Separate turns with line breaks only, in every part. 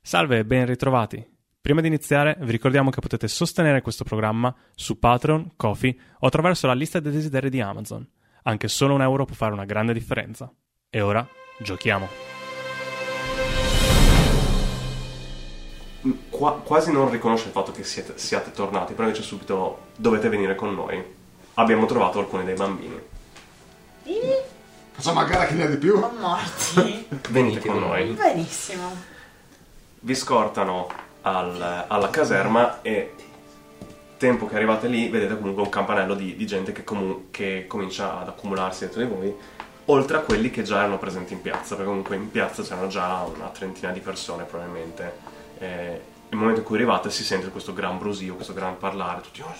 Salve e ben ritrovati. Prima di iniziare vi ricordiamo che potete sostenere questo programma su Patreon, Kofi o attraverso la lista dei desideri di Amazon. Anche solo un euro può fare una grande differenza. E ora giochiamo.
Mm, Qua- quasi non riconosce il fatto che siete, siate tornati, però dice subito dovete venire con noi. Abbiamo trovato alcuni dei bambini.
Facciamo a gara chi ne ha di più?
Sono morti.
Venite con noi.
Benissimo.
Vi scortano al- alla caserma e tempo che arrivate lì vedete comunque un campanello di, di gente che, comu- che comincia ad accumularsi dentro di voi, oltre a quelli che già erano presenti in piazza, perché comunque in piazza c'erano già una trentina di persone probabilmente. E nel momento in cui arrivate si sente questo gran brusio, questo gran parlare, tutti "Oh,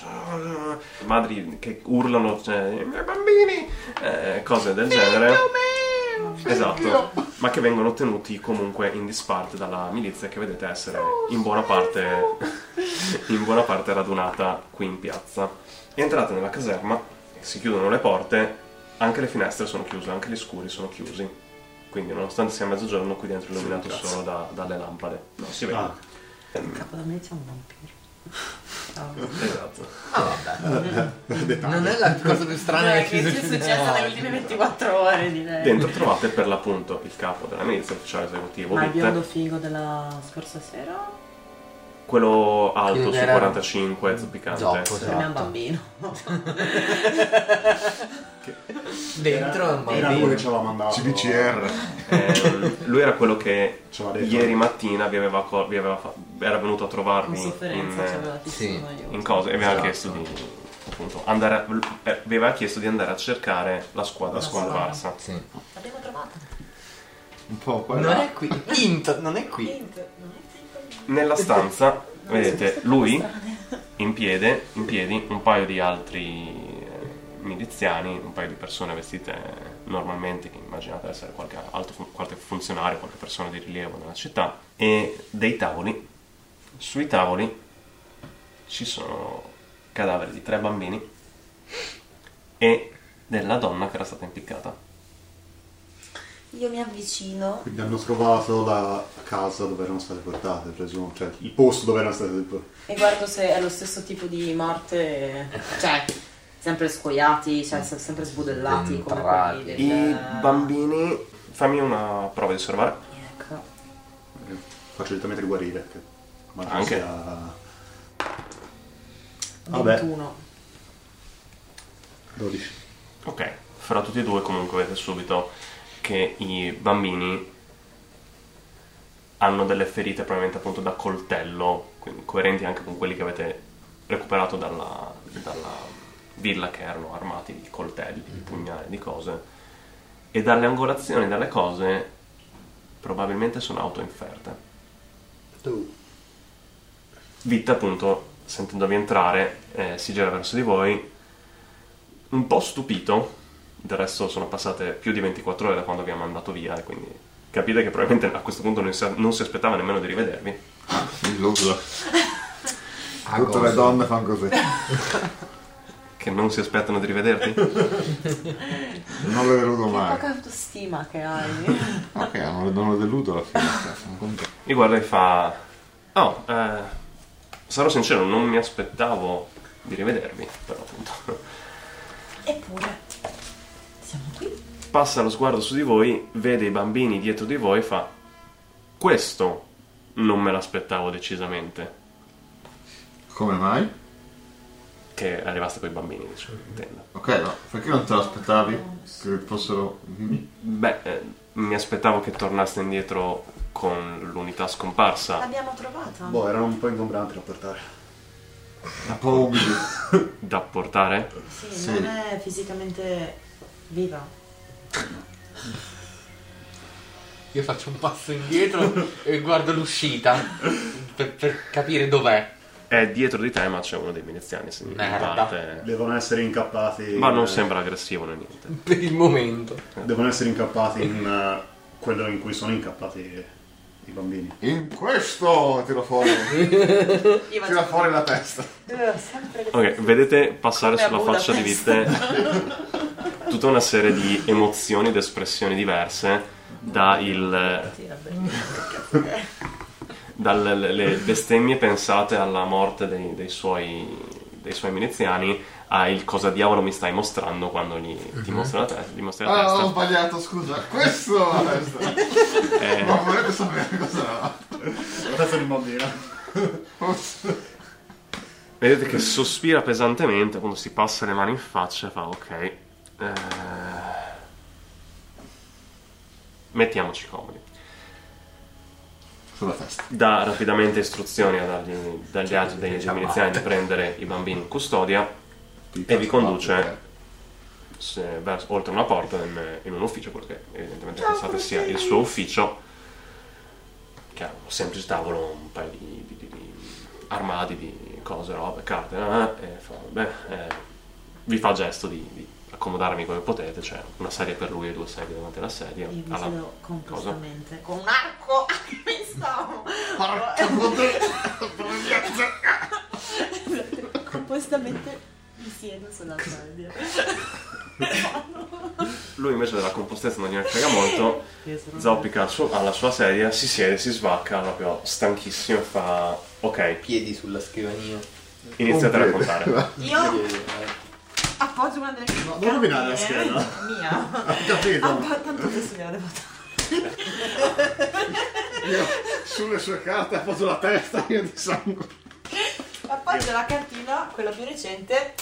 madri che urlano, cioè, "I miei bambini, eh, cose del genere. Esatto, ma che vengono tenuti comunque in disparte dalla milizia che vedete essere in buona parte, in buona parte radunata qui in piazza. Entrate nella caserma, si chiudono le porte, anche le finestre sono chiuse, anche gli scuri sono chiusi. Quindi nonostante sia mezzogiorno qui dentro è illuminato
cazzo.
solo da- dalle lampade. No, si vede.
Ah.
Capodanno c'è un vampiro.
Esatto.
Non è la cosa più strana
Eh,
Cioè,
che
che
ci
ci è successo nelle ultime 24 ore, direi.
Dentro trovate per l'appunto il capo della milizia ufficiale esecutivo,
Ma il
Witte,
biondo figo della scorsa sera?
quello alto
Chiude
su
era-
45, zoppicante.
Zoppo, sì.
Sembra un
Esatto.
bambino.
Dentro è un
Era
bambino.
quello che ci aveva mandato.
CBCR.
Ehm, lui era quello che
Ce l'ha detto.
ieri mattina vi aveva, co- vi aveva fa- era venuto
Con
a trovarvi in,
sofferenza ci aveva tissimo
sì.
aiuto.
in cose e vi aveva
Esatto.
chiesto di appunto andare a- eh, vi aveva chiesto di andare a cercare la squadra
La
scomparsa.
Sì.
L'abbiamo trovata.
Un po' qua. e
Non
là.
è qui. Int, non è qui.
Niente, non è-
Nella stanza
non è
vedete
successo
lui
niente di strano.
in piede, in piedi, un paio di altri eh, miliziani, un paio di persone vestite normalmente, che immaginate essere qualche alto fun- qualche funzionario, qualche persona di rilievo nella città, e dei tavoli. Sui tavoli ci sono cadaveri di tre bambini e della donna che era stata impiccata.
Io mi avvicino.
Quindi hanno trovato la casa dove erano state portate, presumo. Cioè, il posto dove erano state portate.
E guardo se è lo stesso tipo di morte, cioè sempre scoiati, cioè se- sempre sbudellati come
Entrati.
quelli del...
I
Ah.
bambini... Fammi una prova di osservare.
Ecco.
Facilitamente guarire. Che ma non
Anche.
sia- Vabbè.
21.
12.
Ok, fra tutti e due comunque vedete subito che i bambini hanno delle ferite probabilmente appunto da coltello, quindi coerenti anche con quelli che avete recuperato dalla, dalla villa che erano armati di coltelli, di pugnali, di cose. E dalle angolazioni, dalle cose, probabilmente sono autoinferte. Vitta appunto, sentendovi entrare, eh, si gira verso di voi un po' stupito, del resto sono passate più di 24 ore da quando vi ha mandato via, e quindi capite che probabilmente a questo punto non si, non si aspettava nemmeno di rivedervi.
Illuso. Tutte
Agosto.
le donne fanno così.
Che non si aspettano di rivederti?
Non le deludo
Che
mai.
poca autostima che hai.
Ok, non le, non lo deludo alla fine. cioè, Sono contento.
Mi guarda e fa... Oh, eh, sarò sincero, non mi aspettavo di rivedervi, però appunto...
Eppure, siamo qui.
Passa lo sguardo su di voi, vede i bambini dietro di voi e fa... Questo non me l'aspettavo decisamente.
Come mai?
Che arrivaste con i bambini, dice, intendo.
Ok, ma perché non te lo aspettavi? Che fossero... dimmi.
Beh, eh, mi aspettavo che tornaste indietro con l'unità scomparsa.
L'abbiamo trovata.
Boh, erano un po' ingombranti da portare.
Un po' umili.
da portare?
Sì,
Sì.
non è fisicamente viva.
Io faccio un passo indietro e guardo l'uscita per, per capire dov'è.
È dietro di te, ma c'è uno dei miliziani. se mi
Merda.
parte.
Devono essere incappati.
Ma non
eh,
sembra aggressivo né niente.
Per il momento.
Devono essere incappati in eh, quello in cui sono incappati i bambini.
In questo tiro fuori.
Io
Tira fuori la testa.
Eh, sempre le
Ok, vedete passare
Come a
sulla faccia di Vitte tutta una serie di emozioni ed espressioni diverse da il,
Sì, vabbè.
dalle le- le bestemmie pensate alla morte dei, dei suoi, dei suoi miliziani a il cosa diavolo mi stai mostrando quando gli ti mostra la testa. Gli mostra la
Mhm. Ah, ho
testa.
sbagliato, scusa. Questo è la testa.
Eh,
Ma volete sapere cosa
La testa di bambina.
vedete che sospira pesantemente quando si passa le mani in faccia e fa ok. eh, mettiamoci comodi.
Sulla testa.
dà rapidamente istruzioni a dargli- dagli altri dei miliziani di prendere i bambini in custodia e vi conduce se- verso- oltre una porta in, in un ufficio, quello che evidentemente pensate sia il suo ufficio, che ha un semplice tavolo, un paio di, di- di- di armadi, di cose, robe, carte, eh, e fa, beh, eh, vi fa gesto di, di accomodarmi come potete, cioè una sedia per lui e due sedie davanti alla sedia.
Io mi
alla
siedo
cosa.
compostamente con un arco. Mi stavo
Porca puttana.
compostamente mi siedo sulla sedia.
Lui invece della compostezza non gliene frega molto, zoppica al suo- alla sua sedia, si siede, si svacca, proprio stanchissimo e fa... Ok,
Piedi sulla scrivania.
iniziate a
Ok.
raccontare.
Io appoggio una delle
No, non rovinare la scheda.
Mia. Ah,
Capito?
ma tanto adesso me la devo togliere.
Io sulle sue carte appoggio la testa, io di sangue.
Appoggio la cartina, quella più recente.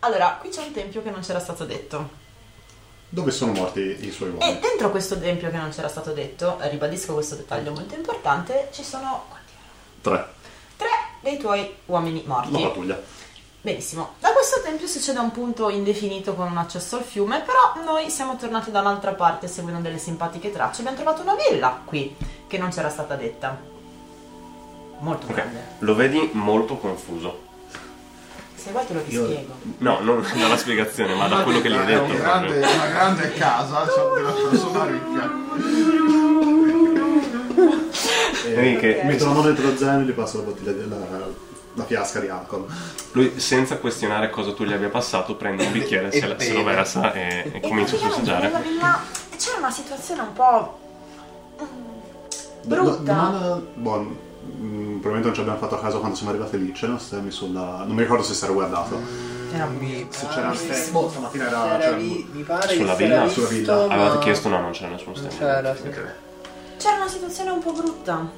Allora, qui c'è un tempio che non c'era stato detto.
Dove sono morti i suoi
E
uomini?
dentro questo tempio che non c'era stato detto, ribadisco questo dettaglio molto importante, ci sono quanti erano?
Tre.
tre dei tuoi uomini
La
morti.
pattuglia.
Benissimo. Da questo tempio succede un punto indefinito con un accesso al fiume, però noi siamo tornati da un'altra parte seguendo delle simpatiche tracce. Abbiamo trovato una villa qui che non c'era stata detta. Molto
Ok,
grande.
lo vedi molto confuso.
Se vuoi te lo
Io-
spiego.
No, non dalla spiegazione, ma da quello che gli hai
È
detto.
un
proprio.
grande- una grande casa cioè, della persona ricca.
Eh,
Vedi che
Metto la mano dentro lo zaino e gli passo la bottiglia della la fiasca di alcol.
lui, senza questionare cosa tu gli abbia passato, prende un bicchiere, se, la- se lo
beve.
versa e, e
E
comincia a
praticamente nella
sorseggiare.
villa eh, c'era una situazione un po'... Brutta.
Buon. mm, Probabilmente non ci abbiamo fatto caso quando siamo arrivati lì. C'erano stemmi sulla. Non mi ricordo se si era guardato.
Era un
Se
Ah,
c'era stemmi.
boh,
stamattina
Era
era. c'era-
vi- mi pare
Sulla
che si era
villa?
Sulla
visto,
villa.
ma-
Avevate chiesto, no, non c'era nessuno
Non
stemma.
c'era, sì.
C'era una situazione un po' brutta,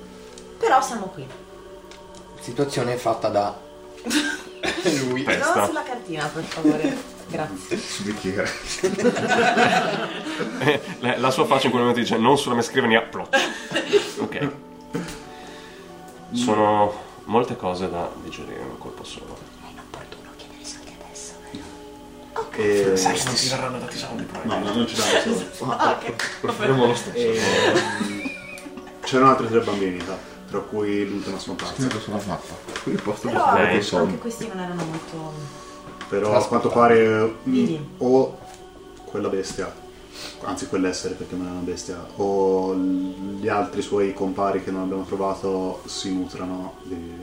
però siamo qui.
Situazione fatta da lui.
Testa.
Non sulla cartina, per favore. Grazie.
Su bicchiere.
La, la sua faccia in quel momento dice non sulla mia scrivania, plot. Ok. Sono molte cose da digerire in un colpo solo.
E...
non ti verranno dati soldi, però.
No, no, non ci danno solo.
Proviamo lo stesso.
E- mm, C'erano altri tre bambini, sa, tra cui l'ultima scomparsa.
Sento sulla mappa. Qui posso
Però
giocare
Lei.
con i
anche,
soldi.
anche questi non erano molto...
Però a
Trasformata.
quanto pare mm,
Vivi.
o quella bestia, anzi quell'essere perché non è una bestia, o l- gli altri suoi compari che non abbiamo trovato si nutrano di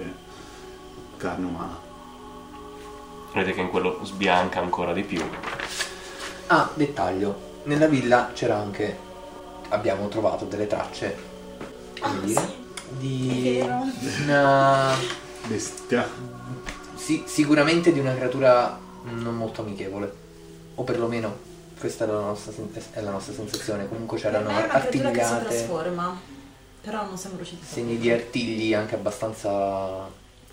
carne umana.
Vedete che in quello sbianca ancora di più.
Ah, dettaglio. Nella villa c'era anche. Abbiamo trovato delle tracce.
Ah,
Come dire? Di.
È vero.
Una.
Bestia.
sì, sicuramente di una creatura non molto amichevole. O perlomeno questa è la nostra, sen- è la nostra sensazione. Comunque c'erano
Ma è una creatura che si
artigliate.
trasforma, però non siamo riusciti a
Segni di artigli anche abbastanza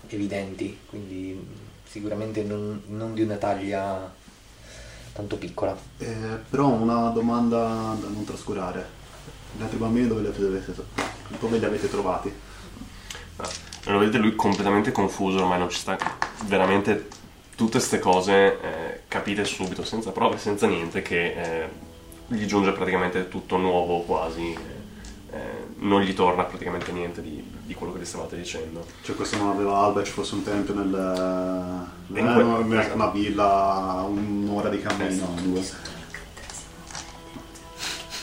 evidenti. Quindi mh, sicuramente non, non di una taglia tanto piccola.
Eh, però una domanda da non trascurare. Gli altri bambini dove li avete, dove li avete trovati?
Lo vedete lui completamente confuso, ormai non ci sta veramente tutte ste cose eh, capite subito, senza prove, senza niente, che eh, gli giunge praticamente tutto nuovo quasi. eh, eh, non gli torna praticamente niente di, di quello che gli stavate dicendo.
Cioè questo non aveva alba e ci fosse un tempio nel... eh,
In que-
una, una villa, un'ora di cammino, due.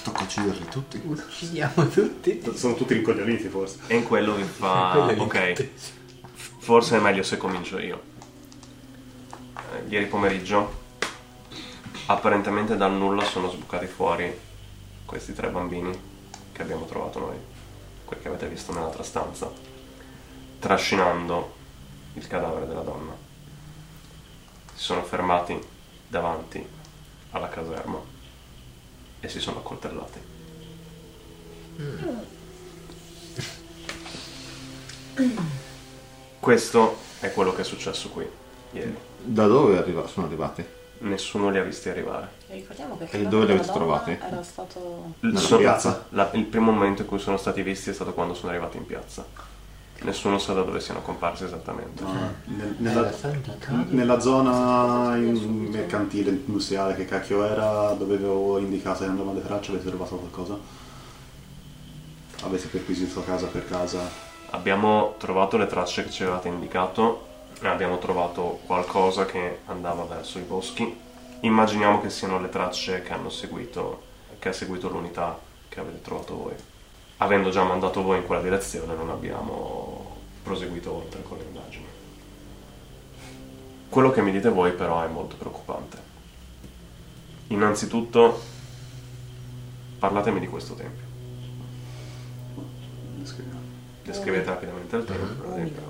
Tocca ucciderli tutti.
Uccidiamo tutti.
Sono tutti ricoglioniti forse.
E in quello vi fa... ok, forse è meglio se comincio io. Eh, Ieri pomeriggio, apparentemente dal nulla sono sbucati fuori questi tre bambini che abbiamo trovato noi, quelli che avete visto nell'altra stanza. trascinando il cadavere della donna. Si sono fermati davanti alla caserma e si sono accoltellati. Questo è quello che è successo qui ieri.
Da dove arriva- sono arrivati?
Nessuno li ha visti arrivare.
Ricordiamo che
E
il
dove li
corpo
avete
della donna
trovati?
Era stato
L-
Nella
sono-
piazza?
la- il primo momento in cui sono stati visti è stato quando sono arrivati in piazza. Nessuno sa da dove siano comparsi esattamente.
Cioè, Nel-
Nella
nella,
Santa Casa.
nella zona in- mercantile, industriale, che cacchio era, dove avevo indicato che andavano le tracce, avete trovato qualcosa? Avete perquisito casa per casa?
Abbiamo trovato le tracce che ci avevate indicato, abbiamo trovato qualcosa che andava verso i boschi. Immaginiamo che siano le tracce che hanno seguito, che ha seguito l'unità che avete trovato voi. Avendo già mandato voi in quella direzione non abbiamo proseguito oltre con le indagini. Quello che mi dite voi però è molto preoccupante. Innanzitutto parlatemi di questo tempio.
Scriviamo.
Descrivete rapidamente il tempio, per esempio.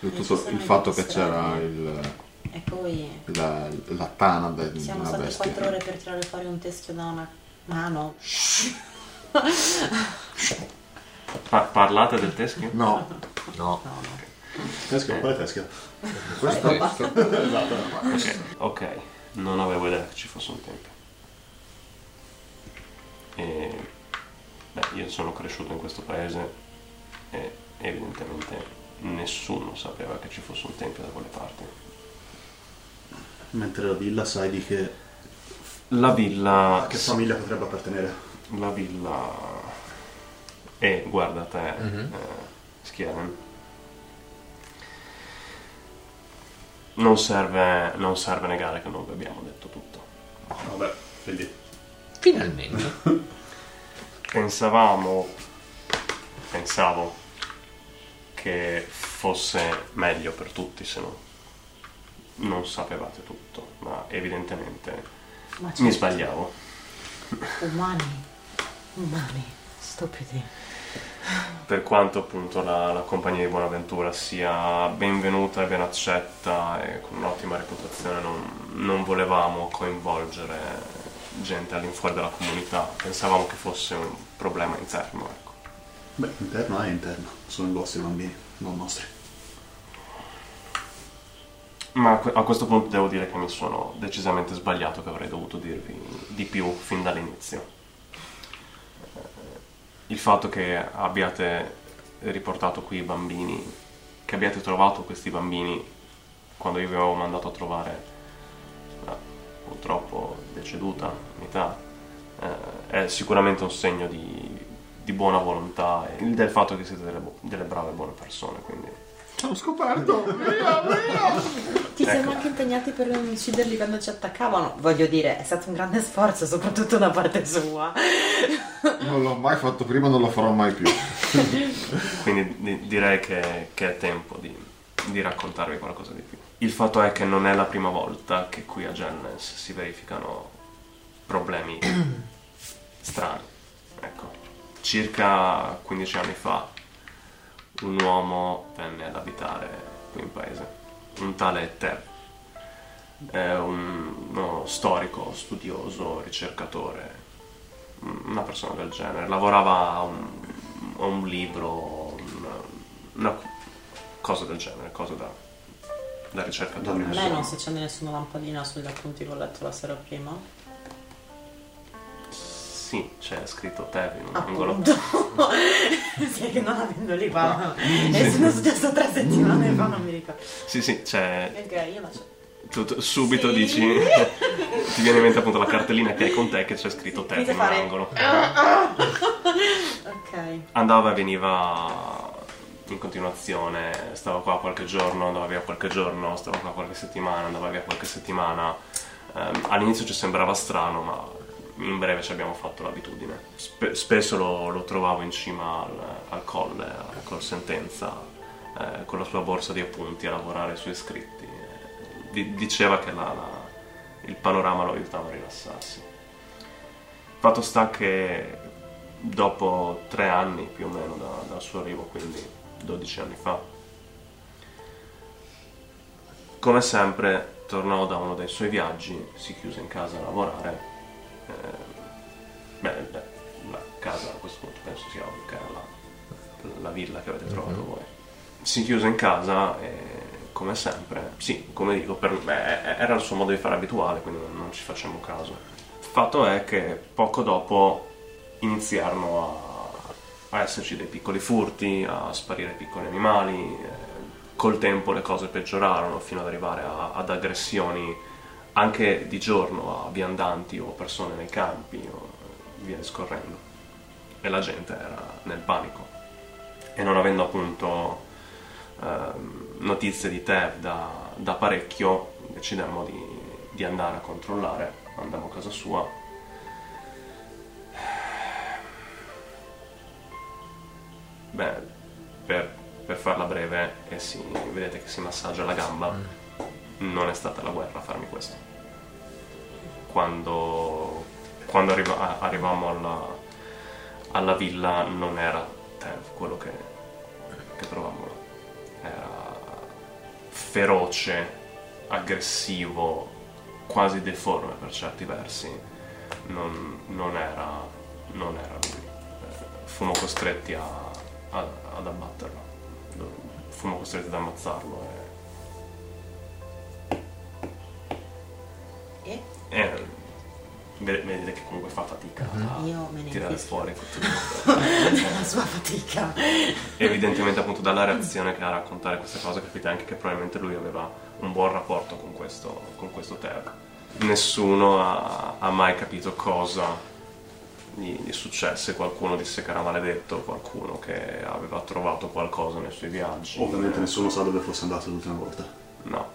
Eh,
Soprattutto il fatto che c'era il,
E poi
la, la tana de-
siamo
della
state
Mm, bestia.
4 ore per tirare fuori un teschio da una mano.
Pa- parlate del teschio?
No,
No,
Teschio, quale teschio?
questo
Ok, non avevo idea che ci fosse un tempio. E, beh, io sono cresciuto in questo paese e evidentemente nessuno sapeva che ci fosse un tempio da quelle parti.
Mentre la villa sai di che,
La villa...
a Ah, che famiglia potrebbe appartenere?
La villa... E guarda te,
Mhm.
eh, Schieren. Non serve, non serve negare che non vi abbiamo detto tutto.
Vabbè, quindi
finalmente.
Pensavamo, pensavo che fosse meglio per tutti se no non sapevate tutto, ma evidentemente
Ma
cioè,
mi sbagliavo.
Umani. Umani. Stupidi.
Per quanto appunto la, la compagnia di Buonaventura sia benvenuta e ben accetta e con un'ottima reputazione, non, non volevamo coinvolgere gente all'infuori della comunità, pensavamo che fosse un problema interno, ecco.
Beh, interno è interno, sono i vostri bambini, non nostri.
Ma a que- a questo punto devo dire che mi sono decisamente sbagliato, che avrei dovuto dirvi di più fin dall'inizio. Eh, Il fatto che abbiate riportato qui i bambini, che abbiate trovato questi bambini quando io vi avevo mandato a trovare la purtroppo deceduta metà, eh, è sicuramente un segno di, di buona volontà e del fatto che siete delle, bu- delle brave e buone persone, quindi...
Ciao scoperto! Via, via!
Ti
Ecco.
siamo anche impegnati per non ucciderli quando ci attaccavano. Voglio dire, è stato un grande sforzo, soprattutto da parte sua.
Non l'ho mai fatto prima, non lo farò mai più.
Quindi di- direi che, che è tempo di, di raccontarvi qualcosa di più. Il fatto è che non è la prima volta che qui a Gennes si verificano problemi strani. Ecco, circa 15 anni fa un uomo venne ad abitare qui in paese, un tale Ter, è un- uno storico, studioso, ricercatore, una persona del genere, lavorava a un, a un libro, una, una cosa del genere, cosa da, da ricercatore.
Da
Lei non
insomma.
si accende nessuna lampadina sugli appunti che ho letto la sera prima.
Sì, c'è scritto Tev in un angolo.
Appunto. sì, che non avendoli qua. E sono successo tre settimane fa, non mi ricordo.
Sì, sì, c'è,
Ok, io la c'è.
tu, tu subito dici ti viene in mente appunto la cartellina che hai con te che c'è scritto te
Dite
in un
fare-
angolo
Ok.
andava e veniva in continuazione stava qua qualche giorno andava via qualche giorno stava qua qualche settimana andava via qualche settimana Ehm, all'inizio ci sembrava strano ma in breve ci abbiamo fatto l'abitudine Spe- spesso lo, lo trovavo in cima al, al colle al col sentenza eh, con la sua borsa di appunti a lavorare sui scritti Eh, di- diceva che la- la- il panorama lo aiutava a rilassarsi Fatto sta che dopo tre anni più o meno da- dal suo arrivo, quindi 12 anni fa, Come sempre, tornò da uno dei suoi viaggi, si chiuse in casa a lavorare. Eh, beh, beh, la casa a questo punto penso sia che era la, la villa che avete trovato voi. Si chiuse in casa e, come sempre, sì, come dico, per me era il suo modo di fare abituale, quindi non, non ci facciamo caso. Fatto è che poco dopo iniziarono a, a esserci dei piccoli furti, a sparire piccoli animali. eh, col tempo le cose peggiorarono fino ad arrivare a- ad aggressioni anche di giorno a viandanti o persone nei campi o via discorrendo. E la gente era nel panico. E non avendo appunto ehm, notizie di Tev da, da parecchio, decidemmo di, di andare a controllare. Andammo a casa sua. Beh, per, per farla breve, e si, vedete che si massaggia la gamba. Non è stata la guerra a farmi questo. Quando, quando arriva- a- arrivammo alla, alla villa non era Tev quello che, che trovammo là era feroce, aggressivo, quasi deforme per certi versi. Non, non era, non era lui. Eh, Fummo costretti a, a- ad abbatterlo. Do- Fummo costretti ad ammazzarlo. E,
E?
E vede- vedete che comunque fa fatica a
Io me ne
tirare
infischio.
fuori tutto il
la sua fatica.
Eh, evidentemente appunto dalla reazione che ha a raccontare queste cose capite anche che probabilmente lui aveva un buon rapporto con questo, con questo Ted. Nessuno ha, ha mai capito cosa gli, gli successe, qualcuno disse che era maledetto, qualcuno che aveva trovato qualcosa nei suoi viaggi. Eh,
Ovviamente nessuno sa dove fosse andato l'ultima volta.
No.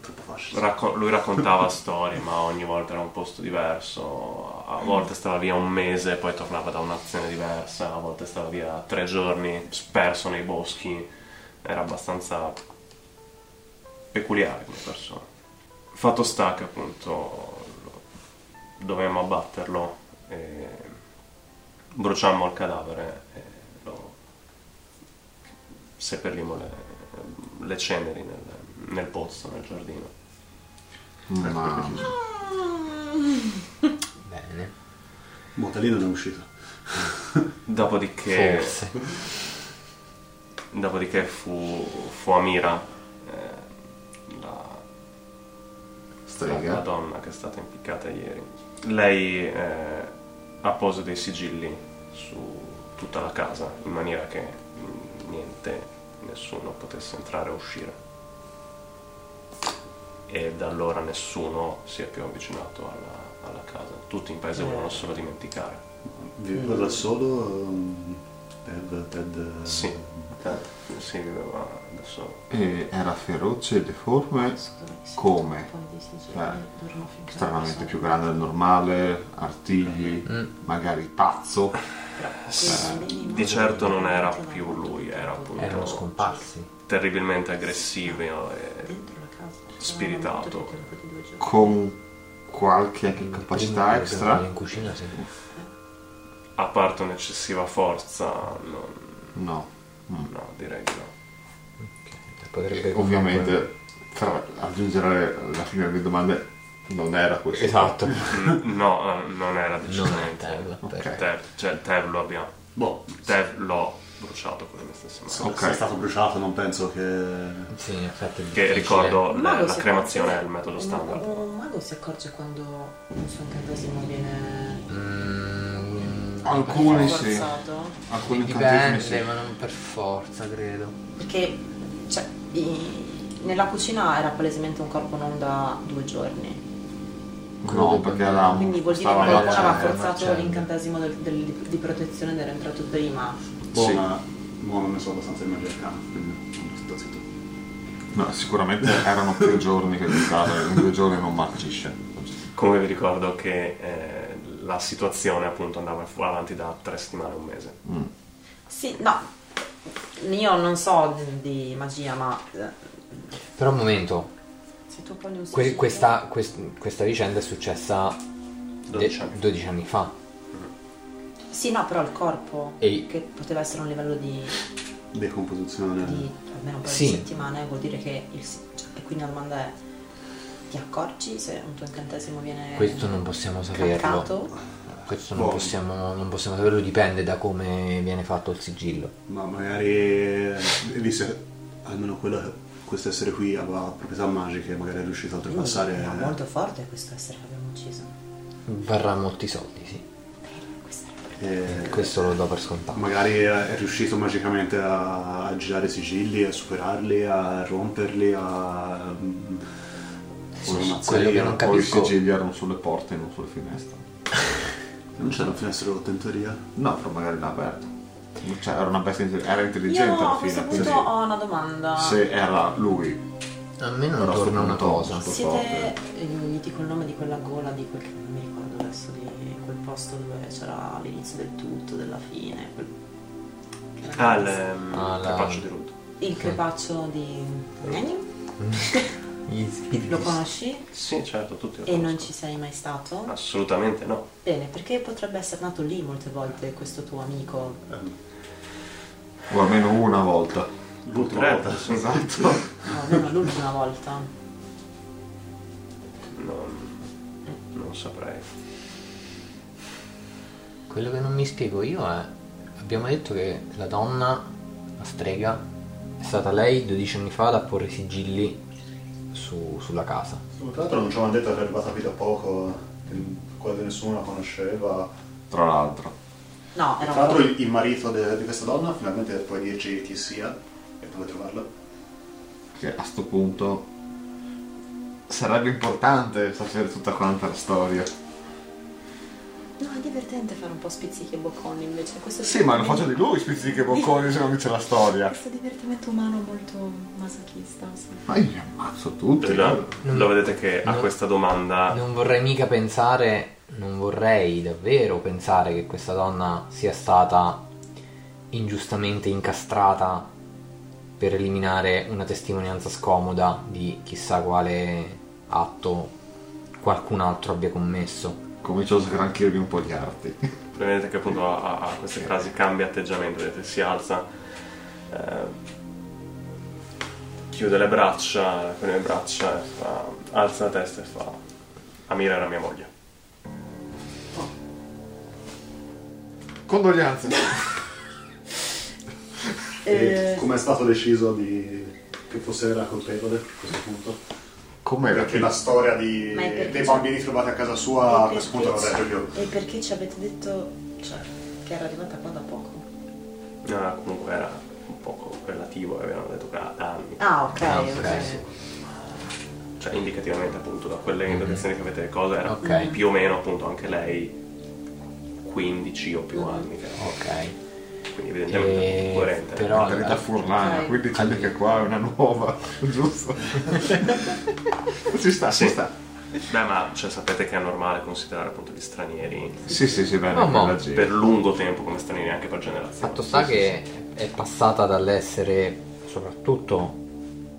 Troppo facile.
Racco- lui raccontava storie, ma ogni volta era un posto diverso. A volte stava via un mese, poi tornava da un'azione diversa. A volte stava via tre giorni, sperso nei boschi. Era abbastanza peculiare come persona. Fatto sta che appunto dovevamo abbatterlo. E bruciammo il cadavere e lo seppellimmo le, le ceneri nel- nel pozzo, nel giardino.
Ma
Bene.
boh, da lì non è uscito.
Dopodiché,
Forse.
dopodiché fu, fu Amira, eh, la, la- la
Strega.
donna che è stata impiccata ieri. Lei eh, ha posto dei sigilli su tutta la casa in maniera che mm, niente, nessuno potesse entrare o uscire. E da allora nessuno si è più avvicinato alla, alla casa. Tutti in paese volevano solo dimenticare.
Viveva da solo ehm, Ted, Ted... eh,
Sì, si viveva da solo.
E era feroce e deforme come?
Eh,
Cioè, stranamente più grande del normale, artigli, magari pazzo.
Eh, Di certo non era più lui, era
Erano
appunto cioè,
scomparsi.
terribilmente aggressivo e eh, spiritato.
con qualche anche capacità
Prima che
extra.
andavano In cucina, sì.
a parte un'eccessiva forza, non,
No.
no, direi di no.
Ok, Potrebbe
E Eh, ovviamente, tra aggiungere la prima delle domande, non era questo.
Esatto.
N- No, eh, non era
Non è
decisamente.
Tev.
Ok.
Tev- cioè, Tev lo abbiamo.
Boh,
Tev l'ho bruciato con le mie stesse mani.
se se è stato bruciato non penso che...
Sì, in effetti
Che
è difficile.
ricordo, la, la cremazione è il metodo standard.
Un mago si accorge quando un suo incantesimo viene
Mm,
Ah, Alcuni sì,
forzato.
alcuni incantesimi
Dipende,
sì.
ma non per forza, credo.
Perché cioè, i- nella cucina era palesemente un corpo non da due giorni.
No, perché era un-
Quindi vuol dire che
stava
qualcuno
là,
aveva
cioè,
forzato
cioè.
l'incantesimo del- del- di protezione ed era entrato prima.
Boh,
Sì.
ma boh, non ne so abbastanza di magia arcana, quindi non sto zitto.
No, sicuramente erano più giorni che giocare, in due giorni non marcisce.
Come vi ricordo che eh, la situazione appunto andava fu- avanti da tre settimane, un mese.
Sì, no, io non so di, di magia, ma eh,
Però un momento,
se tu poni un
que-
sigillo-
questa, quest- questa vicenda è successa de-
12 anni.
12 anni fa.
Sì, no, però il corpo
E-
che poteva essere un livello di
decomposizione.
di almeno un paio
Sì.
di settimane vuol dire che il si- cioè, e quindi la domanda è ti accorgi se un tuo incantesimo viene
Questo non possiamo saperlo.
caccato?
Questo non possiamo, non possiamo saperlo, dipende da come viene fatto il sigillo.
Ma magari lì se almeno quella, questo essere qui aveva proprietà magiche, magari è riuscito a oltrepassare.
Quindi, no, molto forte questo essere che abbiamo ucciso
Varrà molti soldi, sì.
Questa è-
eh,
Questo lo do per scontato.
Magari è riuscito magicamente a, a girare i sigilli, a superarli, a romperli, a. mm,
Sì,
ammazzaria.
quello che non
Poi i
capisco.
sigilli erano sulle porte e non sulle finestre.
Non c'era una finestra rotta in teoria?
No, però magari l'ha aperto. Cioè, era una bestia intelli- era intelligente
io
alla
a questo
fine.
punto
quindi
ho una domanda
Se era lui,
A me non
Però sto
torna una
punto-
cosa.
sto
siete
forte.
eh, mi dico il nome di quella gola di quel che non mi ricordo adesso di quel posto dove c'era l'inizio del tutto della fine quel... che era
Ah, il
il,
ehm,
Ah, la-
crepaccio di Ruth.
crepaccio di Lenin
Gli spiriti.
lo conosci?
Sì, certo, tutti lo
E non
conoscono.
ci sei mai stato?
Assolutamente no.
Bene, perché potrebbe essere nato lì molte volte questo tuo amico.
o almeno una volta.
L'ultima volta.
Potrebbe, sì.
Esatto.
No, almeno l'ultima volta.
Non, non saprei.
Quello che non mi spiego io è. Abbiamo detto che la donna, la strega, è stata lei 12 anni fa ad apporre i sigilli su- sulla casa.
Tra l'altro non ci avevano detto che era arrivata qui da poco, che quasi nessuno la conosceva.
Tra l'altro.
No, era
Tra
un
l'altro il, il marito de- di questa donna finalmente puoi dirci chi sia e dove trovarlo.
Che a sto punto sarebbe importante sapere tutta quanta la storia.
No, è divertente fare un po' spizzichi e bocconi invece. Questo è
Sì, ma lo faccio di lui, spizzichi e bocconi, se non dice la storia.
Questo divertimento umano molto masochista.
Ma io li ammazzo tutti.
Là,
Non-
lo vedete che a
non-
questa domanda
Non vorrei mica pensare, non vorrei davvero pensare che questa donna sia stata ingiustamente incastrata per eliminare una testimonianza scomoda di chissà quale atto qualcun altro abbia commesso.
Comincio a sgranchirmi un po' gli arti.
Vedete che appunto a, a- a queste frasi cambia atteggiamento, vedete, si alza, eh, chiude le braccia, con le braccia, e fa- alza la testa e fa Amira era mia moglie.
Condoglianze.
Eh.
E com'è stato deciso di- che fosse la colpevole a questo punto?
Com'era?
Perché la storia di-
Ma è perché
dei
c'è-
bambini trovati a casa sua a questo punto era
perché,
meglio.
ci- e perché ci avete detto cioè, che era arrivata qua da poco?
Ah, comunque era un poco relativo, avevano detto che da anni,
Ah, ok.
Ah, ok.
ok.
cioè indicativamente appunto da quelle indicazioni che avete le cose era
Mm-hmm. Ok.
più o meno appunto anche lei 15 o più anni, che era-
Ok.
quindi evidentemente
Mm-hmm. Eh,
coerente.
però-
La verità furlana,
Ok.
quindi c'è che qua è una nuova, giusto? ci sta,
Sì.
ci sta.
Beh, ma cioè, sapete che è normale considerare appunto gli stranieri
Sì, sì, sì, bene,
Oh, mo.
quella gira.
per lungo tempo come stranieri anche per generazioni.
Fatto sta che è passata dall'essere soprattutto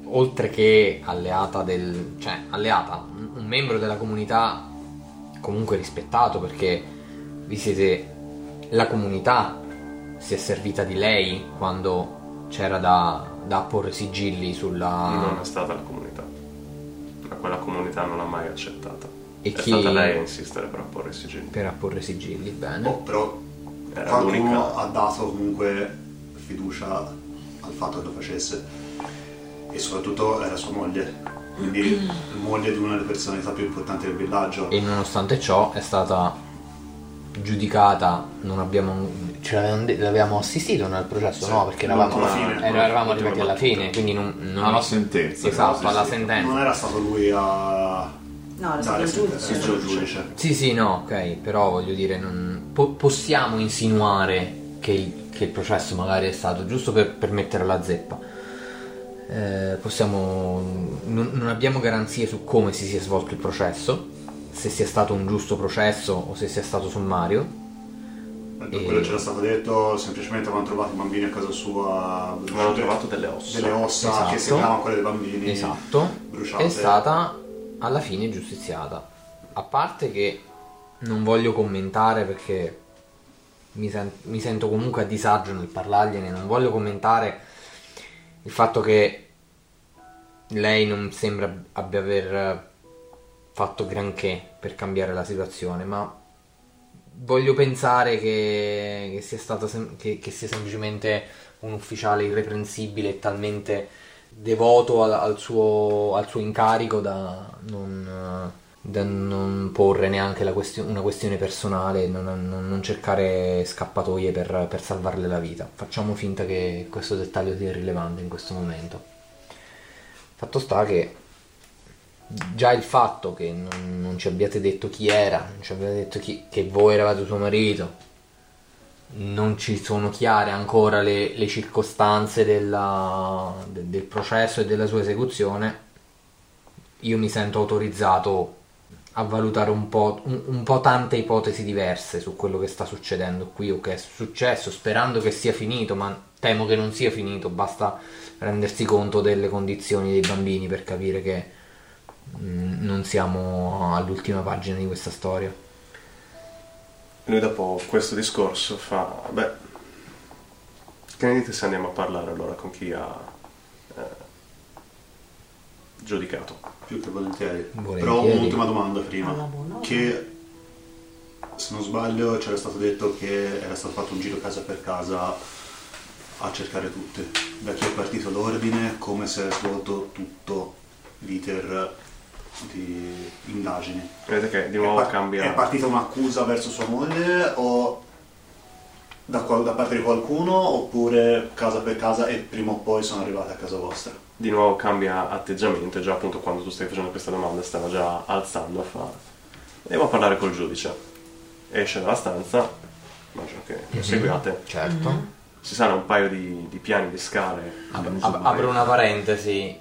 oltre che alleata del cioè alleata, un un membro della comunità comunque rispettato perché vi siete la comunità si è servita di lei quando c'era da, da apporre sigilli
Non
sulla
è stata la comunità. Ma quella comunità non l'ha mai accettata.
E
è
chi-
stata lei a insistere per apporre i sigilli.
per apporre sigilli, bene.
Oh, però
Era
qualcuno
l'unica.
ha dato comunque fiducia al fatto che lo facesse e soprattutto era sua moglie, quindi moglie di una delle personalità più importanti del villaggio.
e nonostante ciò è stata giudicata non abbiamo ce l'avevamo, de- l'avevamo assistito nel processo
Sì,
no perché
non
eravamo,
alla fine.
era- eravamo
Ultima
arrivati alla
battuta.
fine quindi non, non-
Alla sentenza,
esatto
però, sì,
alla
sì.
sentenza
Non era stato lui a
No, era stato
dare
Ah, il
sentenza,
giudice.
era stato il giudice.
sì sì no ok però voglio dire non- po- possiamo insinuare che il, che il processo magari è stato giusto per, per mettere la zeppa Eh, possiamo non, non abbiamo garanzie su come si sia svolto il processo se sia stato un giusto processo o se sia stato sommario
Per
E-
Ecco, quello c'era stato detto, semplicemente avevano trovato i bambini a casa sua.
Avevano
bruciate-
trovato delle ossa.
Delle ossa che
Esatto.
sembravano quelle dei bambini.
esatto
bruciate.
è stata alla fine giustiziata a parte che non voglio commentare perché mi, sen- mi sento comunque a disagio nel parlargliene, non voglio commentare il fatto che lei non sembra abbia aver fatto granché per cambiare la situazione, ma voglio pensare che, che sia stato sem- che, che sia semplicemente un ufficiale irreprensibile e talmente devoto al, al suo, al suo incarico da non, eh, da non porre neanche la questio- una questione personale, non, non- non cercare scappatoie per, per salvarle la vita. Facciamo finta che questo dettaglio sia irrilevante in questo momento. Fatto sta che già il fatto che non, non ci abbiate detto chi era, non ci abbiate detto chi- che voi eravate suo marito, non ci sono chiare ancora le, le circostanze della- de- del processo e della sua esecuzione, io mi sento autorizzato a valutare un po', un- un po' tante ipotesi diverse su quello che sta succedendo qui o che è successo, sperando che sia finito, ma temo che non sia finito, basta rendersi conto delle condizioni dei bambini per capire che mm, non siamo all'ultima pagina di questa storia.
Lui dopo questo discorso fa, beh, che ne dite se andiamo a parlare allora con chi ha eh, giudicato?
Più che volentieri.
Volentieri.
Però ho un'ultima domanda
Alla
prima.
buona.
Che se non sbaglio c'era stato detto che era stato fatto un giro casa per casa a cercare tutti. Da chi è partito l'ordine, come si è svolto tutto l'iter di indagini.
Vedete che di nuovo
è, par-
cambia...
è partita un'accusa verso sua moglie o da, qual- da parte di qualcuno oppure casa per casa e prima o poi sono arrivate a casa vostra?
di nuovo cambia atteggiamento e già appunto quando tu stai facendo questa domanda stava già alzando a fare andiamo a parlare col giudice esce dalla stanza immagino che
Mhm.
lo seguiate
Certo.
si sanno un paio di, di piani di scale
Ah,
Ab-
insomma,
ab- apro una parentesi.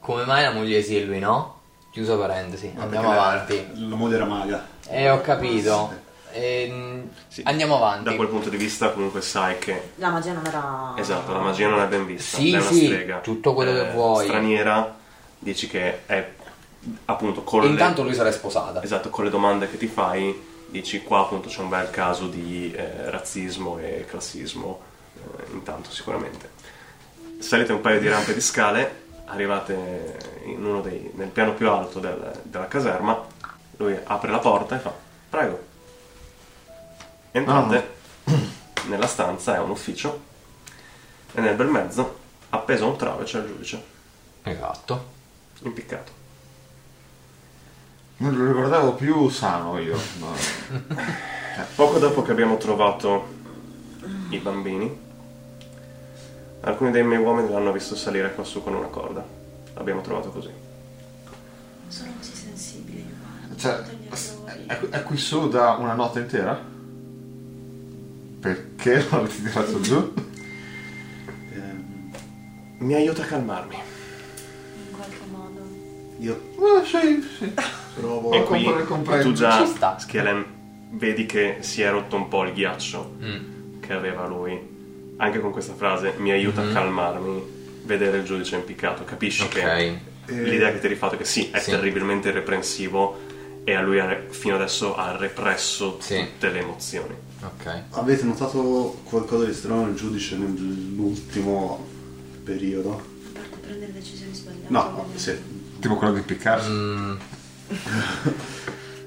Come mai la moglie sì e lui no? Chiuso parentesi. Andiamo
Perché la-
avanti.
La moglie era maga.
E ho capito. Ehm,
Sì.
Andiamo
da
avanti.
quel punto di vista comunque sai che
La magia non era...
esatto la magia non è ben vista
Sì,
è una
sì,
strega Eh,
tutto quello che vuoi.
straniera dici che è appunto con
E
le-
intanto lui sarà sposata.
Esatto, con le domande che ti fai dici qua appunto c'è un bel caso di eh, razzismo e classismo, eh, intanto sicuramente. Salite un paio di rampe di scale, arrivate in uno dei, nel piano più alto del- della caserma, lui apre la porta e fa prego. Entrate nella stanza, è un ufficio, e nel bel mezzo, appeso a un trave, c'è il giudice,
Esatto.
impiccato.
Non lo ricordavo più sano io. no.
Poco dopo che abbiamo trovato i bambini, alcuni dei miei uomini l'hanno visto salire qua su con una corda. L'abbiamo trovato così.
Sono così sensibile io. guarda,
Cioè,
togliere
è,
dolori.
è- è qui su da una notte intera? Perché non l'avete tirato giù?
Ehm,
Mi aiuta a calmarmi.
In qualche modo.
io
Ma sì, sì.
provo...
e qui
comprendo, comprendo.
tu già,
Ci sta.
Schielen, vedi che si è rotto un po' il ghiaccio
Mm.
che aveva lui. Anche con questa frase, mi aiuta a calmarmi, vedere il giudice impiccato. Capisci che
Ok.
L'idea che ti rifatto è che sì, è
Sì.
terribilmente irreprensivo e a lui ha re- fino adesso ha represso
Sì.
tutte le emozioni.
Ok.
Avete notato qualcosa di strano nel giudice nell'ultimo periodo?
A parte prendere decisioni sbagliate.
No, sì.
Tipo quello di piccarsi.
Mm,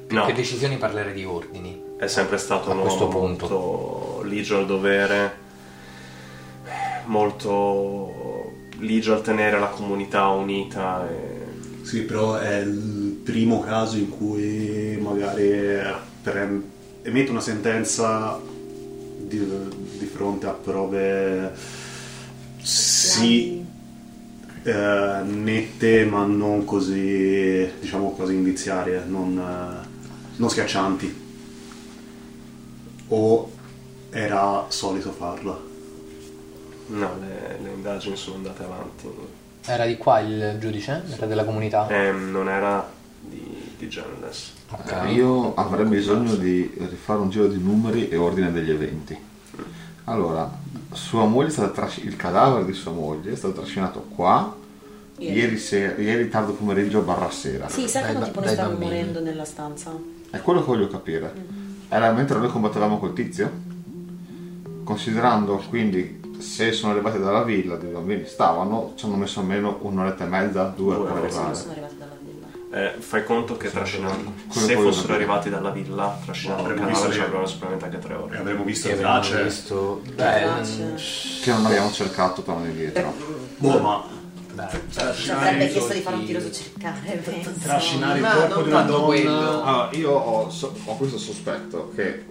No,
Che decisioni parlare di ordini?
è sempre stato
A
un
questo
uomo
punto.
molto ligio al dovere, molto ligio al tenere la comunità unita e
Sì, però è il primo caso in cui magari pre- emette una sentenza di, di fronte a prove sì eh, nette ma non così diciamo così indiziarie, non, eh, non schiaccianti. O era solito farla.
no, le, le indagini sono andate avanti.
Era di qua il giudice? Era della comunità?
Ehm, non era di, di Geneless.
Ok.
Eh, Io avrei bisogno di rifare un giro di numeri e ordine degli eventi. Allora, sua moglie è stata tras- il cadavere di sua moglie è stato trascinato qua
Ieri.
ieri, sera- ieri tardo pomeriggio barra sera.
Sì, sai
Dai
quando
ba-
tipo ne
dai
stavo
bambini.
morendo nella stanza?
È quello che voglio capire. Era mentre noi combattevamo col tizio? Considerando quindi se sono arrivati dalla villa dove i bambini stavano, ci hanno messo almeno un'oretta e mezza, due
Due
per
ore,
arrivare.
sono arrivati dalla villa.
Eh, fai conto che trascinando.
Quello
Se
poi
fossero
non-
arrivati dalla villa, trascinando
No,
il
abbiamo visto
canale ci
che-
avevano sicuramente anche tre
E
ore.
avremmo visto
Che
il
avevamo
tracce.
visto. Beh,
Grazie.
Che non abbiamo cercato tornando indietro.
Boh, ma
Ci avrebbe chiesto di fare un tiro su cercare, penso.
trascinare il
Ma
corpo
non
di una
tanto quello.
donna.
Eh, Allora, io ho, so- ho questo sospetto che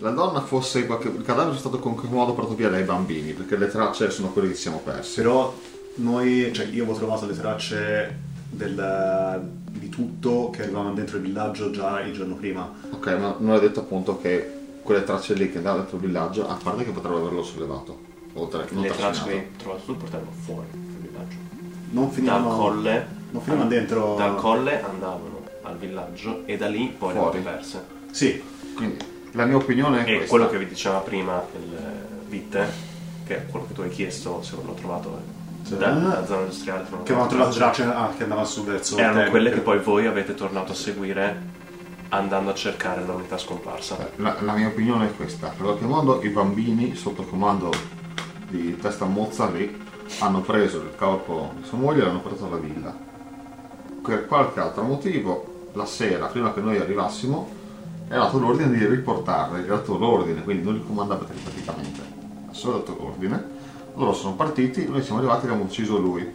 la donna fosse in qualche il cadavere è stato in qualche modo portato via dai bambini, perché le tracce sono quelle che ci siamo persi.
Però noi, cioè io avevo trovato le tracce del- di tutto che arrivavano dentro il villaggio già il giorno prima.
Ok, ma non hai detto appunto che quelle tracce lì che andavano dentro il villaggio, a parte che potrebbero averlo sollevato, oltre che non
Le tracce
trascinato.
che trovate tu portavano fuori dal villaggio.
Non
Dal
finivano
colle.
non finivano dentro-
Dal colle andavano al villaggio e da lì poi le
Fuori.
hanno perse.
Sì,
Quindi la mia opinione è
E
questa.
quello che vi diceva prima il eh, Vitte, che è quello che tu hai chiesto, se non l'ho trovato, eh,
Sì.
dalla zona industriale. sono
che avevano
andate
trovato
tracce.
tracce ah, che andavano su verso il
Erano
tempo.
quelle che poi voi avete tornato a seguire andando a cercare la unità scomparsa.
La, la mia opinione è questa, in qualche modo i bambini sotto il comando di testa mozza lì hanno preso il corpo di sua moglie e l'hanno portato alla villa. Per qualche altro motivo, la sera, prima che noi arrivassimo, è dato l'ordine di riportarli, è dato l'ordine, quindi non li comandavate praticamente, ha solo dato l'ordine. Loro sono partiti, noi siamo arrivati e abbiamo ucciso lui,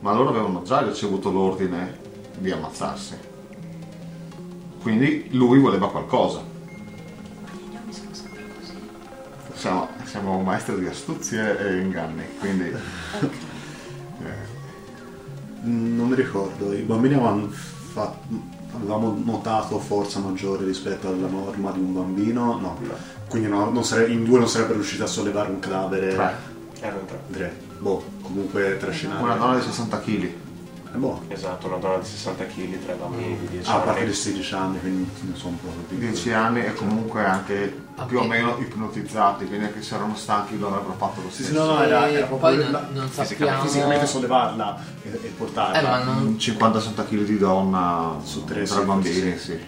ma loro avevano già ricevuto l'ordine di ammazzarsi. Quindi lui voleva qualcosa.
Ma gli gnomi sono sempre così.
Siamo, siamo maestri di astuzie e inganni, quindi
Mm, Non mi ricordo, i bambini avevano fa- avevamo notato forza maggiore rispetto alla norma di un bambino, no. Quindi no, non sare- in due non sarebbero riusciti a sollevare un cadavere.
Tre.
Erano tre.
Tre. Boh, comunque trascinare.
una donna di 60 kg.
Eh, boh.
Esatto, una donna di 60 kg, tre bambini di 10
Ah, a parte
anni.
gli 16 anni, quindi non sono proprio piccoli.
10 anni e comunque anche
Ah,
più o meno ipnotizzati, quindi anche se erano stanchi lo avrebbero fatto lo
Sì,
stesso.
sì, no, no, era, era
E
proprio
poi
quella-
non- non
fisicamente,
sappiamo-
fisicamente sollevarla e, e portarla.
Eh, ma non-
50-60 kg di donna
Su
su
tre,
tre,
sì,
bambini,
sì.
sì.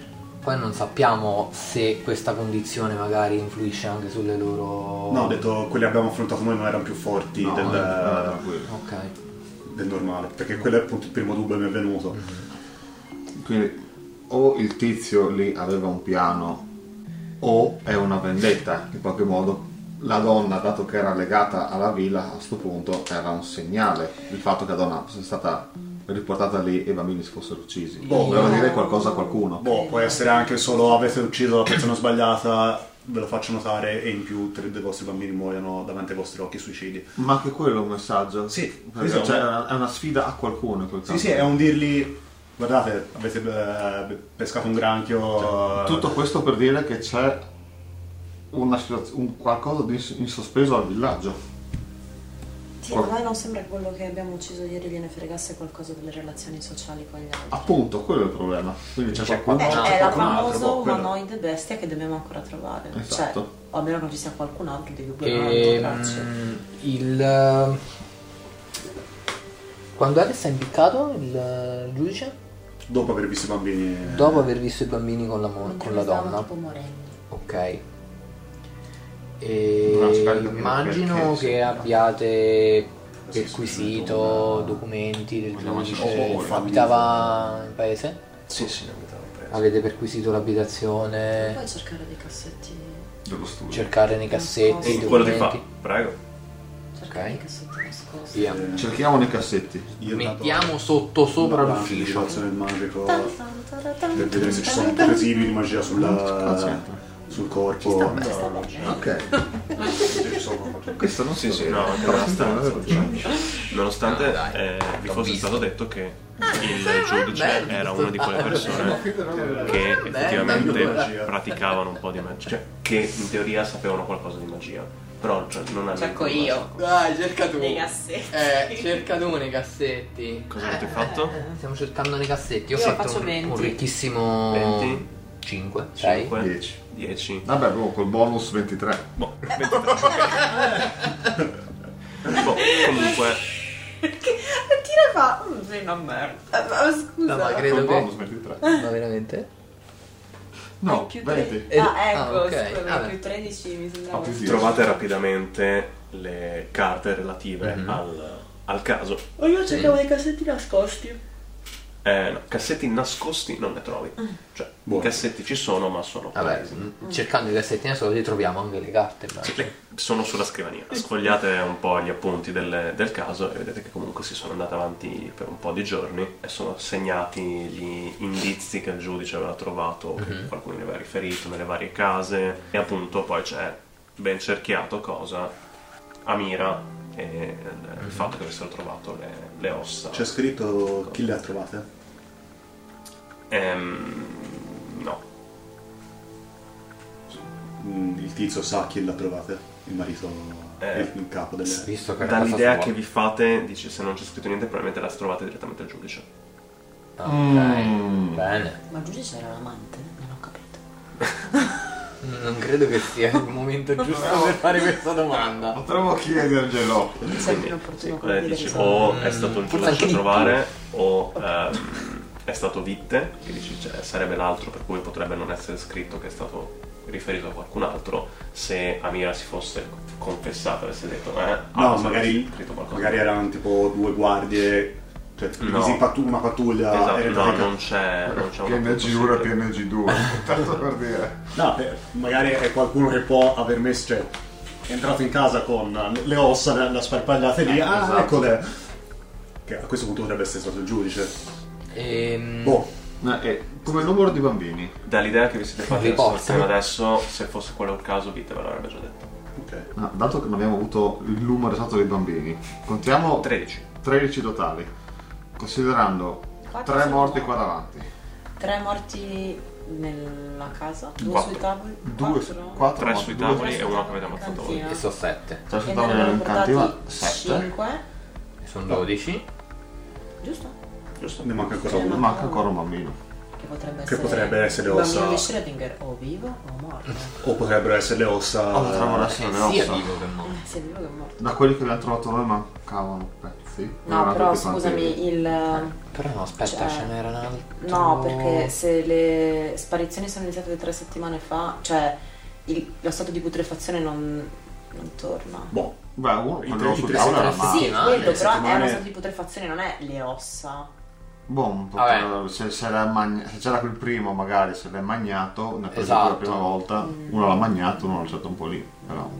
poi non sappiamo se questa condizione magari influisce anche sulle loro.
No, ho detto, quelli che abbiamo affrontato noi non erano più forti
No,
del,
eh, era tranquillo.
Ok.
del normale, perché quello è appunto il primo dubbio che mi è
Mm.
venuto.
Quindi o il tizio lì aveva un piano o è una vendetta, in qualche modo la donna, dato che era legata alla villa, a questo punto era un segnale il fatto che la donna fosse stata riportata lì e i bambini si fossero uccisi.
Boh,
Voleva
io-
dire qualcosa a qualcuno.
Boh, può essere anche solo avete ucciso la persona sbagliata, ve lo faccio notare e in più tre dei vostri bambini muoiono davanti ai vostri occhi suicidi.
Ma che quello è un messaggio?
Sì,
Perché,
sì, sì.
cioè, è una- è una sfida a qualcuno in quel
Sì,
caso.
sì, è un dirgli, guardate, avete eh, pescato un
Cioè,
granchio...
Tutto questo per dire che c'è una situazio- un qualcosa di in sospeso al villaggio.
Sì, ormai non sembra che quello che abbiamo ucciso ieri gliene fregasse qualcosa delle relazioni sociali con gli altri.
Appunto, quello è il problema. Quindi Ah, c'è,
Cioè,
qualcuno
Eh, è la
qualcun altro,
famosa
boh, quello.
umanoide bestia che dobbiamo ancora trovare.
Esatto.
Cioè, o almeno che ci sia qualcun altro di cui abbiamo
E,
tracce.
mm, Ehm, il. ehm, Quando è che sta impiccato il il giudice?
eh, Dopo aver visto i bambini...
Dopo aver visto i bambini con la, mo-
Mentre
con la
noi stavamo
donna.
tipo morendo.
Ok. E
Non aspetta, perché-
immagino
perché-
che abbiate
Sì, sì,
perquisito documenti del
Vogliamo
giudice
essere
che
sicuri.
abitava in paese?
Sì, sì, ne abitavano preso.
Avete perquisito l'abitazione,
Eh.
Puoi cercare dei cassetti.
dello studio.
cercare nei cassetti i
Sì,
Quello di qua,
documenti.
prego.
Cercare
Ok.
dei cassetti nascosti.
Via.
Cerchiamo nei cassetti.
eh, cioè, Io
Mettiamo sotto sopra l'ufficio.
l'ufficio. del magico
Tan, tan, tan, tan,
per vedere se ci sono
tan, tan.
presidi di magia
Ah,
sulla,
certo.
sul
Ci sta
corpo.
bene, sta bene.
Ok.
Ci sono-
Questo non
Sì,
so
sì,
dire.
no, anche abbastanza.
cioè.
Nonostante
No, dai,
eh, vi
l'ho
fosse
visto.
stato detto che il giudice
bello.
era una di quelle persone che effettivamente
bello, bello.
praticavano un po' di magia, cioè che in teoria sapevano qualcosa di magia, però cioè, non hanno...
Cerco
niente di
io.
base.
Dai, cerca tu.
Nei cassetti.
Eh, cerca tu nei cassetti.
Cosa avete fatto?
Eh, Stiamo cercando nei cassetti. Io,
Io
ho fatto
faccio
un,
20.
un ricchissimo
20.
5, 6.
5,
10.
10.
Vabbè, boh, col bonus 23.
Boh, 23. boh, comunque,
Perché tira e fa. "Mm,
Ah,
Sei una merda. Eh, ma Scusa.
No, ma
Col
credo che
bonus 23.
Ma veramente?
No,
più
20.
Eh,
Ah, ecco,
ah, ok.
scusa,
Vabbè.
più 13 mi sembrava.
Ah, più di-
Trovate rapidamente le carte relative
Mhm.
al, al caso.
Oh, io cercavo dei cassetti nascosti.
Eh, no, cassetti nascosti non ne trovi. Cioè, i
Buono. Ah, mm.
cassetti ci sono, ma sono
Vabbè,
palesi.
mh, cercando i cassetti nascosti troviamo anche le carte. ma-
Sì, le- sono sulla scrivania. Sfogliate un po' gli appunti del, del caso e vedete che comunque si sono andati avanti per un po' di giorni e sono segnati gli indizi che il giudice aveva trovato,
Mm-hmm.
che qualcuno ne aveva riferito nelle varie case e appunto poi c'è ben cerchiato cosa a mira e eh, il fatto che avessero trovato le, le ossa.
Mm-hmm. C'è scritto chi le ha trovate?
Ehm, no,
Mm, Il tizio sa chi le ha trovate? Il marito,
Eh.
il, il capo delle...
Visto che era casa
dall'idea
sua.
che vi fate, dici se non c'è scritto niente probabilmente la trovate direttamente al giudice.
Ok,
Mm.
Bene.
Ma il giudice era l'amante? Non ho capito.
Non credo che sia il momento giusto per fare questa domanda.
Boh.
Potremmo chiederglielo.
Mi
Quindi,
sembra opportuno
sì,
quello
eh,
di
dici
vedere.
o è stato il giudice
forse
a
anche di
trovare o ehm, è stato Vitte, che dici cioè, sarebbe l'altro per cui potrebbe non essere scritto che è stato riferito a qualcun altro se Amira si fosse confessata avesse detto eh,
No,
ah,
magari,
sarebbe scritto qualcosa.
magari erano tipo due guardie, cioè
No.
divisi in pattu- una pattuglia.
esatto,
era
no,
troppo-
non c'è, non c'è una
PNG 1 e PNG 2. Tanto per dire.
No, eh, magari è qualcuno che può aver messo, cioè, è entrato in casa con le ossa, le ha sparpagliate
Eh,
lì, ah,
esatto.
eccole. Che a questo punto potrebbe essere stato il giudice.
Mm.
Ehm,
Boh,
No, è eh, come numero di bambini.
Dall'idea che vi siete fatti
Li
la situazione
porta.
adesso, se fosse quello il caso, Vitte ve l'avrebbe già detto.
ok.
No, dato che non abbiamo avuto il numero esatto dei bambini, contiamo
13.
13 totali, considerando
Quattro
3
sono-
morti qua davanti,
Tre morti nella casa, due
Quattro.
sui tavoli,
2,
quattro.
4
Tre sui tavoli e uno che avete ammazzato voi.
e sono 7.
3 sui
E
tavoli
ne
erano
hanno
Cioè, in cantina,
portati
7.
5,
Sono 12.
giusto?
Giusto?
Ne manca ancora
Sì,
uno.
ma-
Manca ancora un bambino.
Che potrebbe
Che
essere
potrebbe essere
il bambino
ossa.
di Schrödinger o vivo o morto. Eh,
O potrebbero essere le ossa.
Ah, potremmo
Eh,
lasciare le
sia
ossa.
vivo che morto.
Eh, se è vivo che è morto.
Da quelli che abbiamo trovato noi mancavano pezzi.
No,
Erano
però
tutti quanti-
scusami, il...
Però no, aspetta,
Cioè,
ce n'era un altro.
No, perché se le sparizioni sono iniziate tre settimane fa, cioè il- lo stato di putrefazione non, non torna.
Boh,
Beh, uno
I
quello
tre- i
sul
tre
tavolo era
sì,
male.
sì,
ma
quello
le
però è
settimane-
uno stato di putrefazione, non è le ossa.
Boh,
Vabbè.
potrebbe- se, se l'è magna- se c'era quel primo magari se l'è magnato, ne ha preso
Esatto.
la prima volta,
Mm.
uno l'ha magnato, uno l'ha lasciato un po' lì. Però.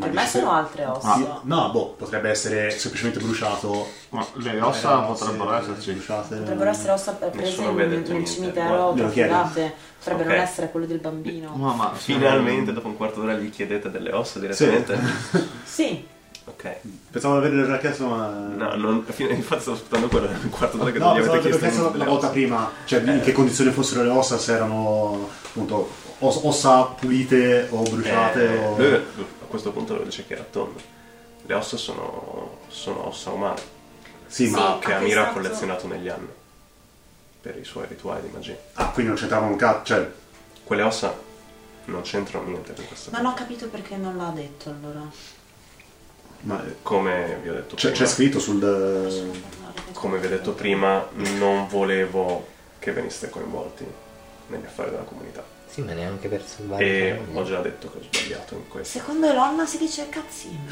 per me
dici-
sono altre ossa.
Sì, no, boh, potrebbe essere semplicemente bruciato.
Ma le ossa
Eh,
potrebbero
sì,
esserci.
Bruciate.
Potrebbero essere ossa eh, prese
Nessuno mi ha
in-
detto
nel
niente,
cimitero,
guarda. Glielo chiedi?
trafugate. Potrebbe
Ok.
non essere quello del bambino.
No, ma
Finalmente, dopo un quarto d'ora, gli chiedete delle ossa direttamente?
Sì,
Ok.
Pensavo di averlo già chiesto, ma.
No, non, fino- infatti stavo aspettando quello un quarto d'ora che
No,
non gli
pensavo
avete
di
chiesto
averlo
Eh.
chiesto
delle
la volta
ossa.
prima, cioè in che condizioni fossero le ossa, se erano appunto os- ossa pulite o bruciate
Eh,
o.
lui a questo punto lo dice che era tondo. Le ossa sono, sono ossa umane
Sì, ma.
che
a che
Amira ha
stato?
collezionato negli anni per i suoi rituali di magia.
Ah, quindi non c'entravano un cazzo. Cioè,
Quelle ossa non c'entrano niente con questo.
non ho capito perché non l'ha detto allora.
ma, eh,
Come vi ho detto
c'è,
prima,
c'è scritto sul.
come vi ho detto prima, non volevo che veniste coinvolti negli affari della comunità.
Sì, ma neanche per
Ah,
salvare.
E
i
ho
bambini.
già detto che ho sbagliato in questo.
Secondo Lonna si dice cazzino.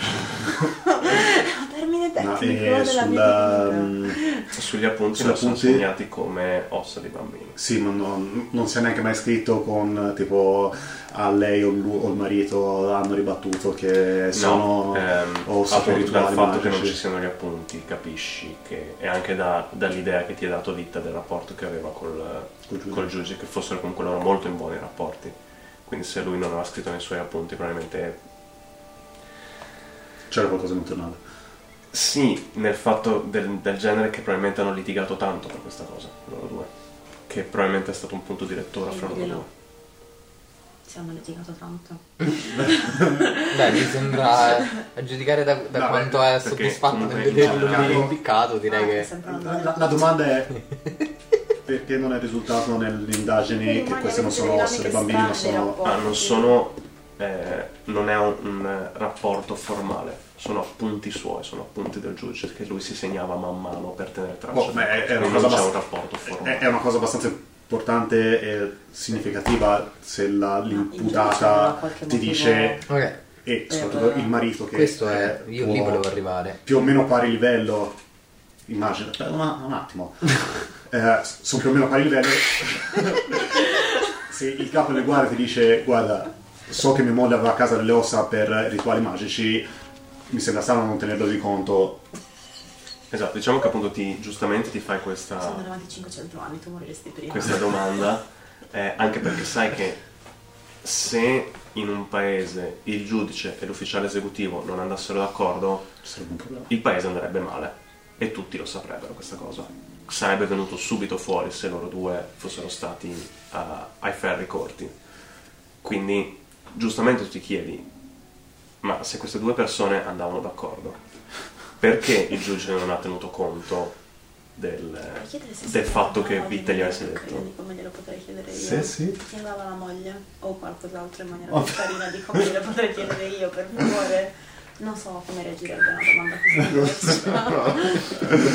Termine
Ma,
tecnico
eh,
della
sulla,
vita.
mm,
Sugli appunti
Sulla
non sono
punti-
segnati come ossa di bambini.
Sì, ma non, non si è neanche mai scritto con tipo a lei o, lu- o il marito hanno ribattuto che sono
no, ehm,
o
appunto dal
spirituali
fatto che non ci
magici.
siano gli appunti, capisci che e anche da- dall'idea che ti ha dato Vitta del rapporto che aveva col,
Col giudice.
col giudice, che fossero comunque loro molto in buoni rapporti. Quindi se lui non aveva scritto nei suoi appunti, probabilmente
C'era qualcosa che non tornava.
sì, nel fatto del, del genere che probabilmente hanno litigato tanto per questa cosa, loro due. Che probabilmente è stato un punto direttore fra loro
Diglielo.
due.
Siamo litigato tanto.
Beh, mi sembra eh, a giudicare da, da
No,
quanto è
perché
soddisfatto nel
comunque
vedere
in
il
generale-
bambino impiccato, direi
Ah, è
che.
sempre una
La,
domanda.
la- la domanda è perché non è risultato nelle indagini che queste non sono ossa dei bambini, ma sono.
Ah, non sono. eh, non è un, un, eh, rapporto formale, sono appunti suoi, sono appunti del giudice che lui si segnava man mano per tenere traccia.
Boh, ma
di
è,
tutto.
è una
Quindi non
cosa
c'è
abbast-
un rapporto
è,
formale.
è una cosa abbastanza importante e significativa se
Ah,
la-
giudice,
l'imputata
per qualche
ti
motivo- Eh,
dice
Ok,
e soprattutto il marito che
questo è. Io lì
tuo-
volevo arrivare.
più o meno pari livello immagino aspetta un, un attimo Eh, sono più o meno pari livello se il capo del guardia ti dice guarda so che mia moglie aveva a casa delle ossa per rituali magici mi sembra strano non tenerlo di conto
Esatto, diciamo che appunto ti giustamente ti fai questa,
Sono avanti 500 anni, tu moriresti prima.
questa domanda, eh, anche perché sai che se in un paese il giudice e l'ufficiale esecutivo non andassero d'accordo,
sarebbe un problema
il paese andrebbe male e tutti lo saprebbero questa cosa. Sarebbe venuto subito fuori se loro due fossero stati eh, ai ferri corti. Quindi giustamente tu ti chiedi, ma se queste due persone andavano d'accordo, perché il giudice non ha tenuto conto del,
Chiedere se
del
si
fatto
chiamava
che
la
Vita gli
moglie,
avesse
ok,
detto?
di come glielo potrei chiedere io.
Sì, sì.
Si chiamava la moglie o qualcos'altro in maniera
Oh.
più carina di come glielo potrei chiedere io, per favore. Non so come reagirebbe a una domanda così.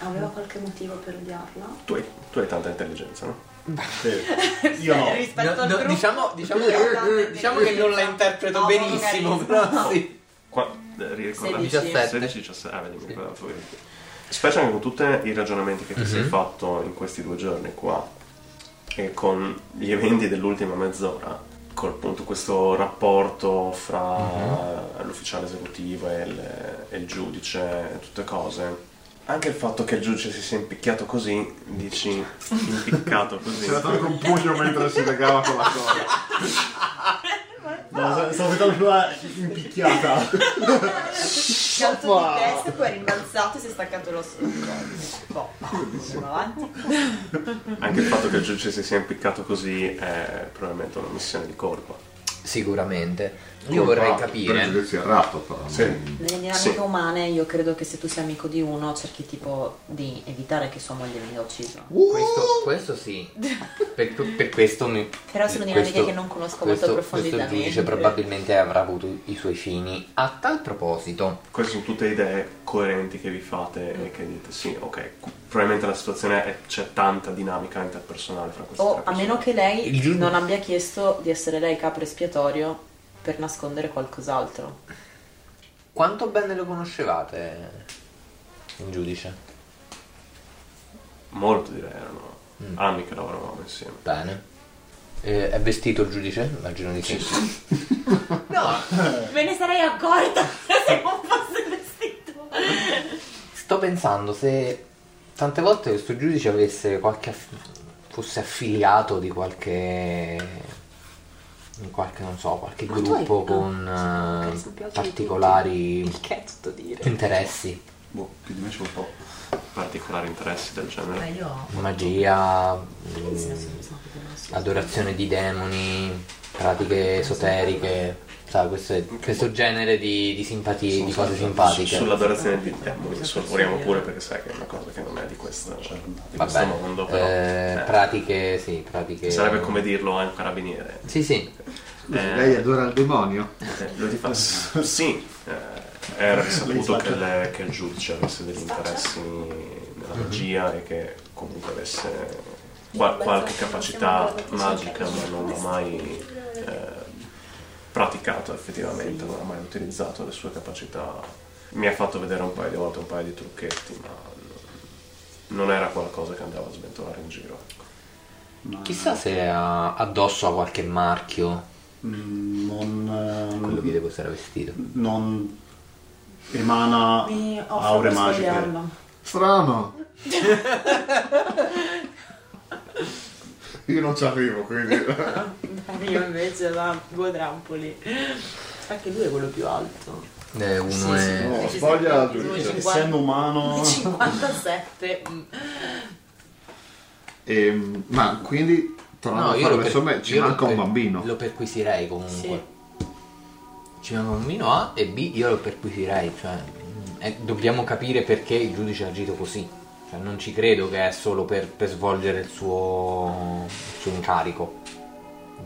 Aveva qualche motivo per odiarla?
Tu hai, tu hai tanta intelligenza, no?
Sì. io
Eh,
no
Rispetto al
No, no,
gruppo,
diciamo, diciamo,
Importante
diciamo che non la interpreto
No, poco carino.
benissimo, però sì.
Qua, eh, ricordami,
17.
16, 17, ah, vedi, mi ricordavo proprio. Specie anche con tutti i ragionamenti che ti sei fatto in questi due giorni qua e con gli eventi dell'ultima mezz'ora, con appunto questo rapporto fra eh, l'ufficiale esecutivo e il, e il giudice e tutte cose. Anche il fatto che il giudice si sia impicchiato così, dici, impiccato così.
Si era dato un pugno mentre si legava con la cosa.
no, stavo aspettando una impicchiata
Salto di testa, poi è rimbalzato e si è staccato lo Boh, andiamo avanti.
Anche il fatto che il giudice si sia impiccato così è probabilmente una missione di colpa.
Sicuramente. Io vorrei capire.
Pregiudizio errato, però.
Sì.
Nelle dinamiche
Sì.
umane io credo che se tu sei amico di uno cerchi tipo di evitare che sua moglie venga uccisa.
Questo, questo sì. Per, per questo mi.
Uh! Però sono dinamiche che non conosco molto
questo-
approfonditamente.
Questo giudice probabilmente avrà avuto i suoi fini. A tal proposito,
Queste sono tutte idee coerenti che vi fate e che dite sì, ok, probabilmente la situazione è, c'è tanta dinamica interpersonale fra queste
O
tre
Oh, a
persone.
meno che lei
Il giudice-
non abbia chiesto di essere lei capro espiatorio per nascondere qualcos'altro.
quanto bene lo conoscevate? Il giudice?
Molto direi erano
Mm.
anni che lavoravamo insieme.
Bene. Eh, è vestito il giudice? Immagino di sì.
Me ne sarei accorta se non fosse vestito.
Sto pensando se tante volte questo giudice avesse qualche aff- fosse affiliato di qualche di qualche non so, qualche
tu hai-
gruppo
ah,
con
sì,
eh,
ok, scoppiato di
particolari
Che è tutto dire?
interessi,
boh più di me c'è un po'
Particolari interessi del genere.
Beh, io ho
magia, mh,
Sì,
adorazione di demoni, pratiche esoteriche, sa, questo, è- questo genere di, di simpatie, di cose simpatiche.
Sull'adorazione di demoni sorvoliamo pure perché sai che è una cosa che non è di, questa, di
Vabbè,
questo mondo, però
eh,
eh,
pratiche, sì, pratiche.
sarebbe come dirlo a un carabiniere.
Sì, sì.
Eh,
Lei adora il demonio?
Eh, Lo ti fa? Sì, eh, era risaputo che, le- che il giudice avesse degli interessi nella magia e che comunque avesse qual- qualche capacità magica, ma non l'ha mai eh, praticato effettivamente, non ha mai utilizzato le sue capacità. Mi ha fatto vedere un paio di volte un paio di trucchetti, ma non era qualcosa che andava a sventolare in giro. ecco.
Chissà se ha addosso a qualche marchio
Mm, non eh,
quello che devo essere vestito.
non emana
Mi offro
aure
per
magiche.
svegliarlo.
Strano. Io non ci arrivo, quindi...
Io invece la Guodrampoli. Anche lui è quello più alto.
Eh, uno è.
No, sbaglia la giudice.
Essendo umano,
57. mm.
Ehm, ma quindi, tornando
No,
a
io
fare
lo
le
per-
somme, ci
io lo
manca un
per-
bambino.
Lo perquisirei comunque.
Sì.
Ci manca un bambino A e B io lo perquisirei. Cioè, mm, e dobbiamo capire perché il giudice ha agito così. Cioè, non ci credo che è solo per, per svolgere il suo, il suo incarico.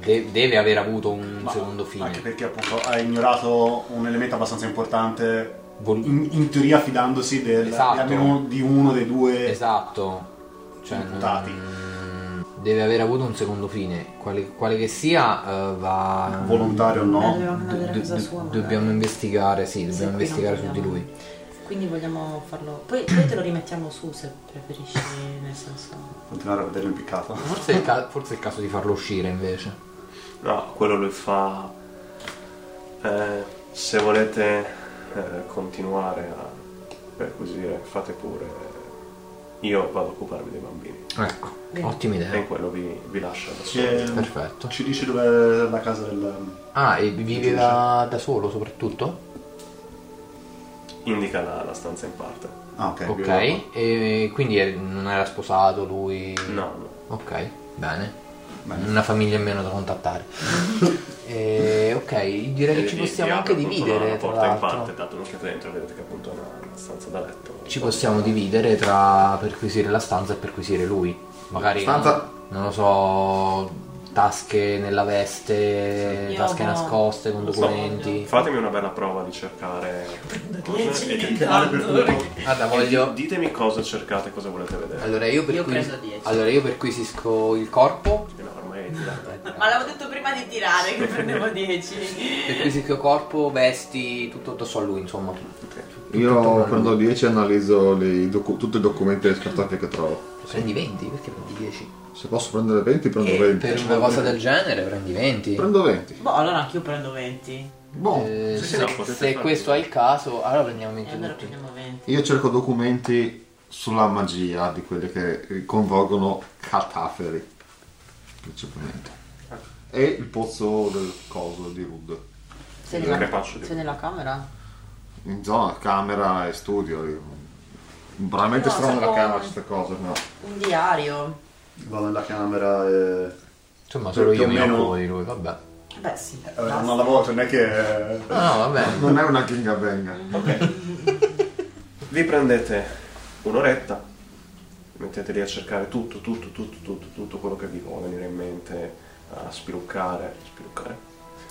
De- deve aver avuto un
Ma
secondo fine.
Anche perché appunto ha ignorato un elemento abbastanza importante.
Vol-
in, in teoria fidandosi del,
Esatto.
di almeno di uno dei due
Esatto. Cioè, non-
imputati.
deve aver avuto un secondo fine, quale, quale che sia eh, va...
Volontario o no?
Dovevamo andare a
do-
casa
do-
sua. magari.
dobbiamo investigare, sì,
Sì,
dobbiamo
qui non
investigare su di
vogliamo.
lui.
Quindi vogliamo farlo. Poi, poi te lo rimettiamo su se preferisci, nel senso.
Continuare a vederlo impiccato.
Forse è, il ca- forse è il caso di farlo uscire invece.
No, quello lui fa. eh, se volete eh, continuare a perquisire, fate pure. Io vado a occuparmi dei bambini.
Ecco, ottima idea.
E in quello vi, vi lascio da soli.
Che-
Perfetto.
Ci dici dove è la casa del...
Ah, e vive da, da solo soprattutto?
Indica la, la stanza in parte.
Ah, ok.
ok, e quindi è- non era sposato lui?
No, no.
Ok, bene.
Bene.
Una famiglia in meno da contattare. Eh, ok, direi che ci
Vi- vi
possiamo anche
apre appunto
dividere.
La
Tra
porta in parte,
l'altro.
date un'occhiata dentro, vedete che appunto è una, una stanza da letto.
Ci possiamo dividere tra perquisire la stanza e perquisire lui. Magari
Stanza.
non lo so, tasche nella veste,
Io
tasche
no.
nascoste con
Non so.
documenti.
Fatemi una bella prova di cercare cose e di
Guarda,
Voglio...
voglio
Ditemi cosa cercate, cosa volete vedere.
Allora io,
Io
perquis-
prendo 10.
allora io perquisisco il corpo.
Eh, no, ormai è tirata.
Ma l'avevo detto prima di tirare che prendevo 10.
Perquisisco corpo, vesti, tutto addosso a lui, insomma.
Io prendo 10 e analizzo le docu- tutti i documenti e le scartafie che trovo.
Prendi 20? Perché prendi 10?
Se posso prendere 20, prendo
Eh,
20.
per una cosa del genere prendi 20.
Prendo 20.
Boh, allora anch'io prendo 20.
Boh.
Eh,
Sì, sì,
se
no, potete
se
farlo.
questo è il caso, allora prendiamo 20
E allora
tutti.
prendiamo 20.
Io cerco documenti sulla magia di quelli che convolgono cataferi, principalmente. E il pozzo del coso di Wood.
Sei
nella- Crepaccio di- sei
camera?
In zona camera e studio. Veramente
No,
strano la
tipo-
camera queste cose, no?
Un diario.
Vado nella camera e...
Insomma, solo io
più o
mi
meno-
occupo di lui, vabbè. No,
Beh sì.
Eh, non la vuoto, non è che...
no, vabbè.
Non è una ginga benga.
Vi prendete un'oretta, vi mettete lì a cercare tutto, tutto, tutto, tutto, tutto quello che vi può venire in mente, a spiluccare, spiluccare,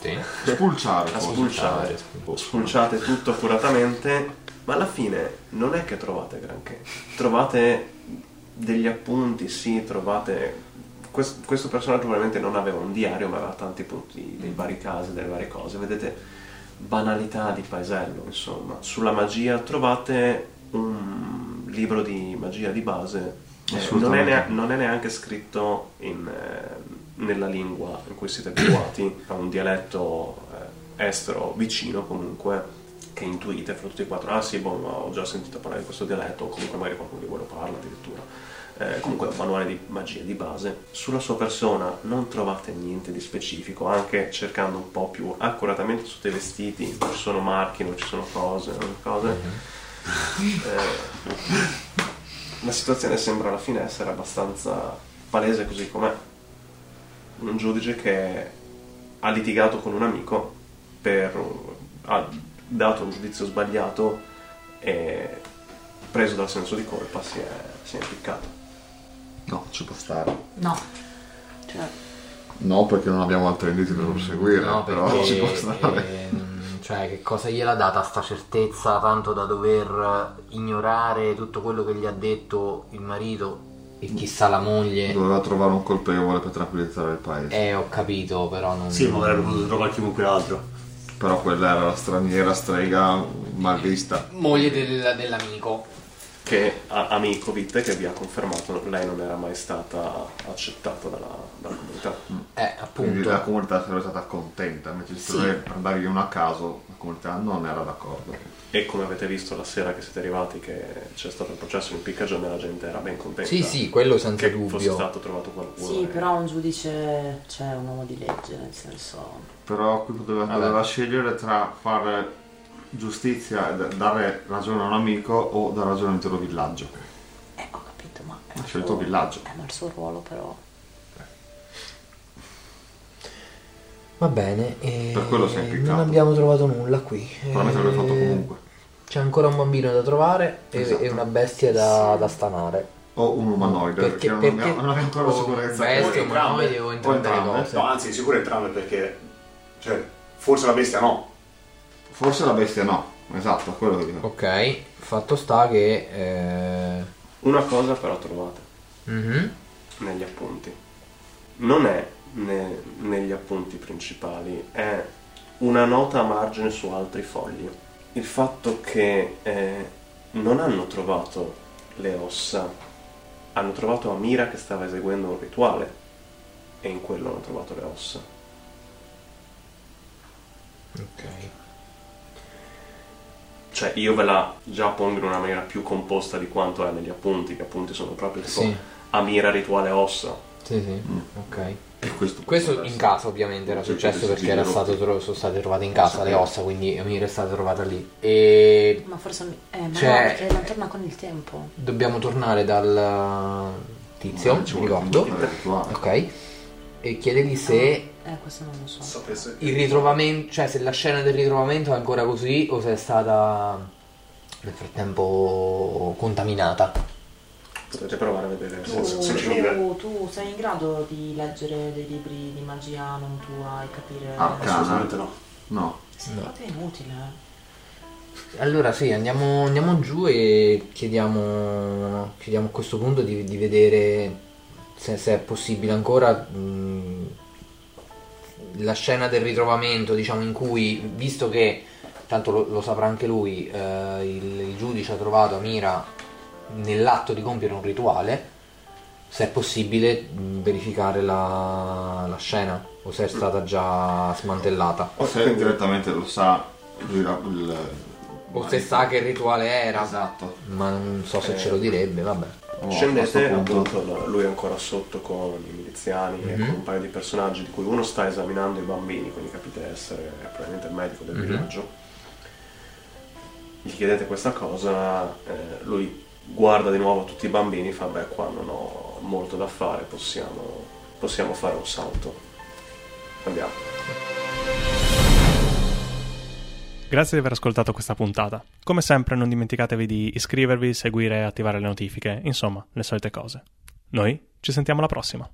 Sì.
Spulciare
a
cose.
spulciare, Boh, spulciate tutto accuratamente, ma alla fine non è che trovate granché. Trovate degli appunti, sì, trovate... Questo, questo personaggio probabilmente non aveva un diario, ma aveva tanti punti dei vari casi, delle varie cose. Vedete banalità di paesello, insomma. Sulla magia trovate un libro di magia di base. Eh, non, è
Assolutamente.
nea- non è neanche scritto in, eh, nella lingua in cui siete abituati, ha un dialetto eh, estero vicino comunque che intuite fra tutti e quattro. Ah sì, boh, ma ho già sentito parlare di questo dialetto, o comunque magari qualcuno di voi lo parla addirittura. Eh, comunque è un manuale di magia di base. Sulla sua persona non trovate niente di specifico, anche cercando un po' più accuratamente sotto i vestiti, non ci sono marchi, non ci sono cose, non cose. Eh, la situazione sembra alla fine essere abbastanza palese così com'è. Un giudice che ha litigato con un amico per un- ha dato un giudizio sbagliato e preso dal senso di colpa si è, si è impiccato.
No, ci può stare.
No,
Cioè,
No, perché non abbiamo altri indizi per proseguire,
No, perché,
però ci può stare.
ehm, cioè, che cosa gliela ha data sta certezza tanto da dover ignorare tutto quello che gli ha detto il marito e chissà la moglie?
Doveva trovare un colpevole per tranquillizzare il paese.
Eh, ho capito, però
eh,
non...
Sì, ma avrebbe potuto trovare chiunque altro.
Però quella era la straniera strega malvista.
Moglie del- dell'amico.
Che a- amico Vitte che vi ha confermato lei non era mai stata accettata dalla, dalla comunità.
Eh,
Quindi la
appunto.
comunità sarebbe stata contenta, invece se dovevi andare uno a caso, la comunità non era d'accordo.
E come avete visto la sera che siete arrivati che c'è stato il processo in piccagione la gente era ben contenta.
Sì, sì, quello senza
che fosse
dubbio.
stato trovato qualcuno.
Sì,
e-
però un giudice, cioè un uomo di legge, nel senso...
Però qui doveva,
Vabbè.
doveva scegliere tra fare giustizia e da- dare ragione a un amico o dare ragione a un intero villaggio.
Eh, ho capito, ma...
Ha scelto il villaggio.
Eh, ma il suo ruolo però...
Va bene, e
Per quello si è
non
impiccato.
abbiamo trovato nulla qui.
Probabilmente l'avrebbe fatto
Eh,
comunque.
C'è ancora un bambino da trovare e,
Esatto.
e una bestia da, da stanare.
O un umanoide, perché, non, abbiamo, non abbiamo ancora
o
sicurezza.
Oh, Bestia,
Poi-
umanoide o entrambe le
entrambe,
cose.
No, anzi, sicuro entrambe perché... Cioè, forse la bestia no.
Forse la bestia no, esatto, quello che dico.
Ok, fatto sta che... eh,
Una cosa però trovate
mhm.
negli appunti. non è ne- negli appunti principali, è una nota a margine su altri fogli. Il fatto che eh, non hanno trovato le ossa, hanno trovato Amira che stava eseguendo un rituale e in quello hanno trovato le ossa.
Ok.
Cioè io ve la già pongo in una maniera più composta di quanto è negli appunti, che appunti sono proprio tipo
Sì.
Amira rituale ossa.
Sì, sì. Ok.
E questo,
Questo in casa ovviamente era
Mm. Sì,
successo
sì,
perché
sì,
era
sì.
stato tro- sono state trovate in casa le ossa, quindi Amir è stata trovata lì. E
Ma forse... Eh, ma
Cioè-
no, perché non torna con il tempo.
dobbiamo tornare dal tizio,
Ah, ci
ci
vuole
ricordo.
tutto eh. il rituale.
Ok. E chiedegli se
Eh, questo non lo so.
Sapesse
il ritrovamento, cioè se la scena del ritrovamento è ancora così o se è stata nel frattempo contaminata.
Potete provare a vedere se
Sì,
Tu,
sì, sì.
tu- tu sei in grado di leggere dei libri di magia non tua e capire...
Arcana.
Assolutamente no.
No,
Sì, proprio inutile.
Allora sì, andiamo, andiamo giù e chiediamo, chiediamo a questo punto di, di vedere se, se è possibile ancora mh, la scena del ritrovamento, diciamo, in cui, visto che, tanto lo, lo saprà anche lui, eh, il, il giudice ha trovato Amira nell'atto di compiere un rituale, se è possibile mh, verificare la, la scena o se è stata già smantellata.
o se direttamente lo sa lui la- il...
O se sa che il rituale era.
Esatto.
Ma non so se ce lo direbbe, vabbè.
Oh,
Scendete,
a questo punto- Mhm.
appunto, l- lui è ancora sotto con i miliziani e con un paio di personaggi di cui uno sta esaminando i bambini, quindi capite essere probabilmente il medico
Mhm.
del villaggio. Gli chiedete questa cosa, eh, lui guarda di nuovo tutti i bambini e fa, beh, qua non ho molto da fare, possiamo, possiamo fare un salto. Andiamo.
Grazie di aver ascoltato questa puntata. Come sempre non dimenticatevi di iscrivervi, seguire e attivare le notifiche, insomma, le solite cose. Noi ci sentiamo alla prossima.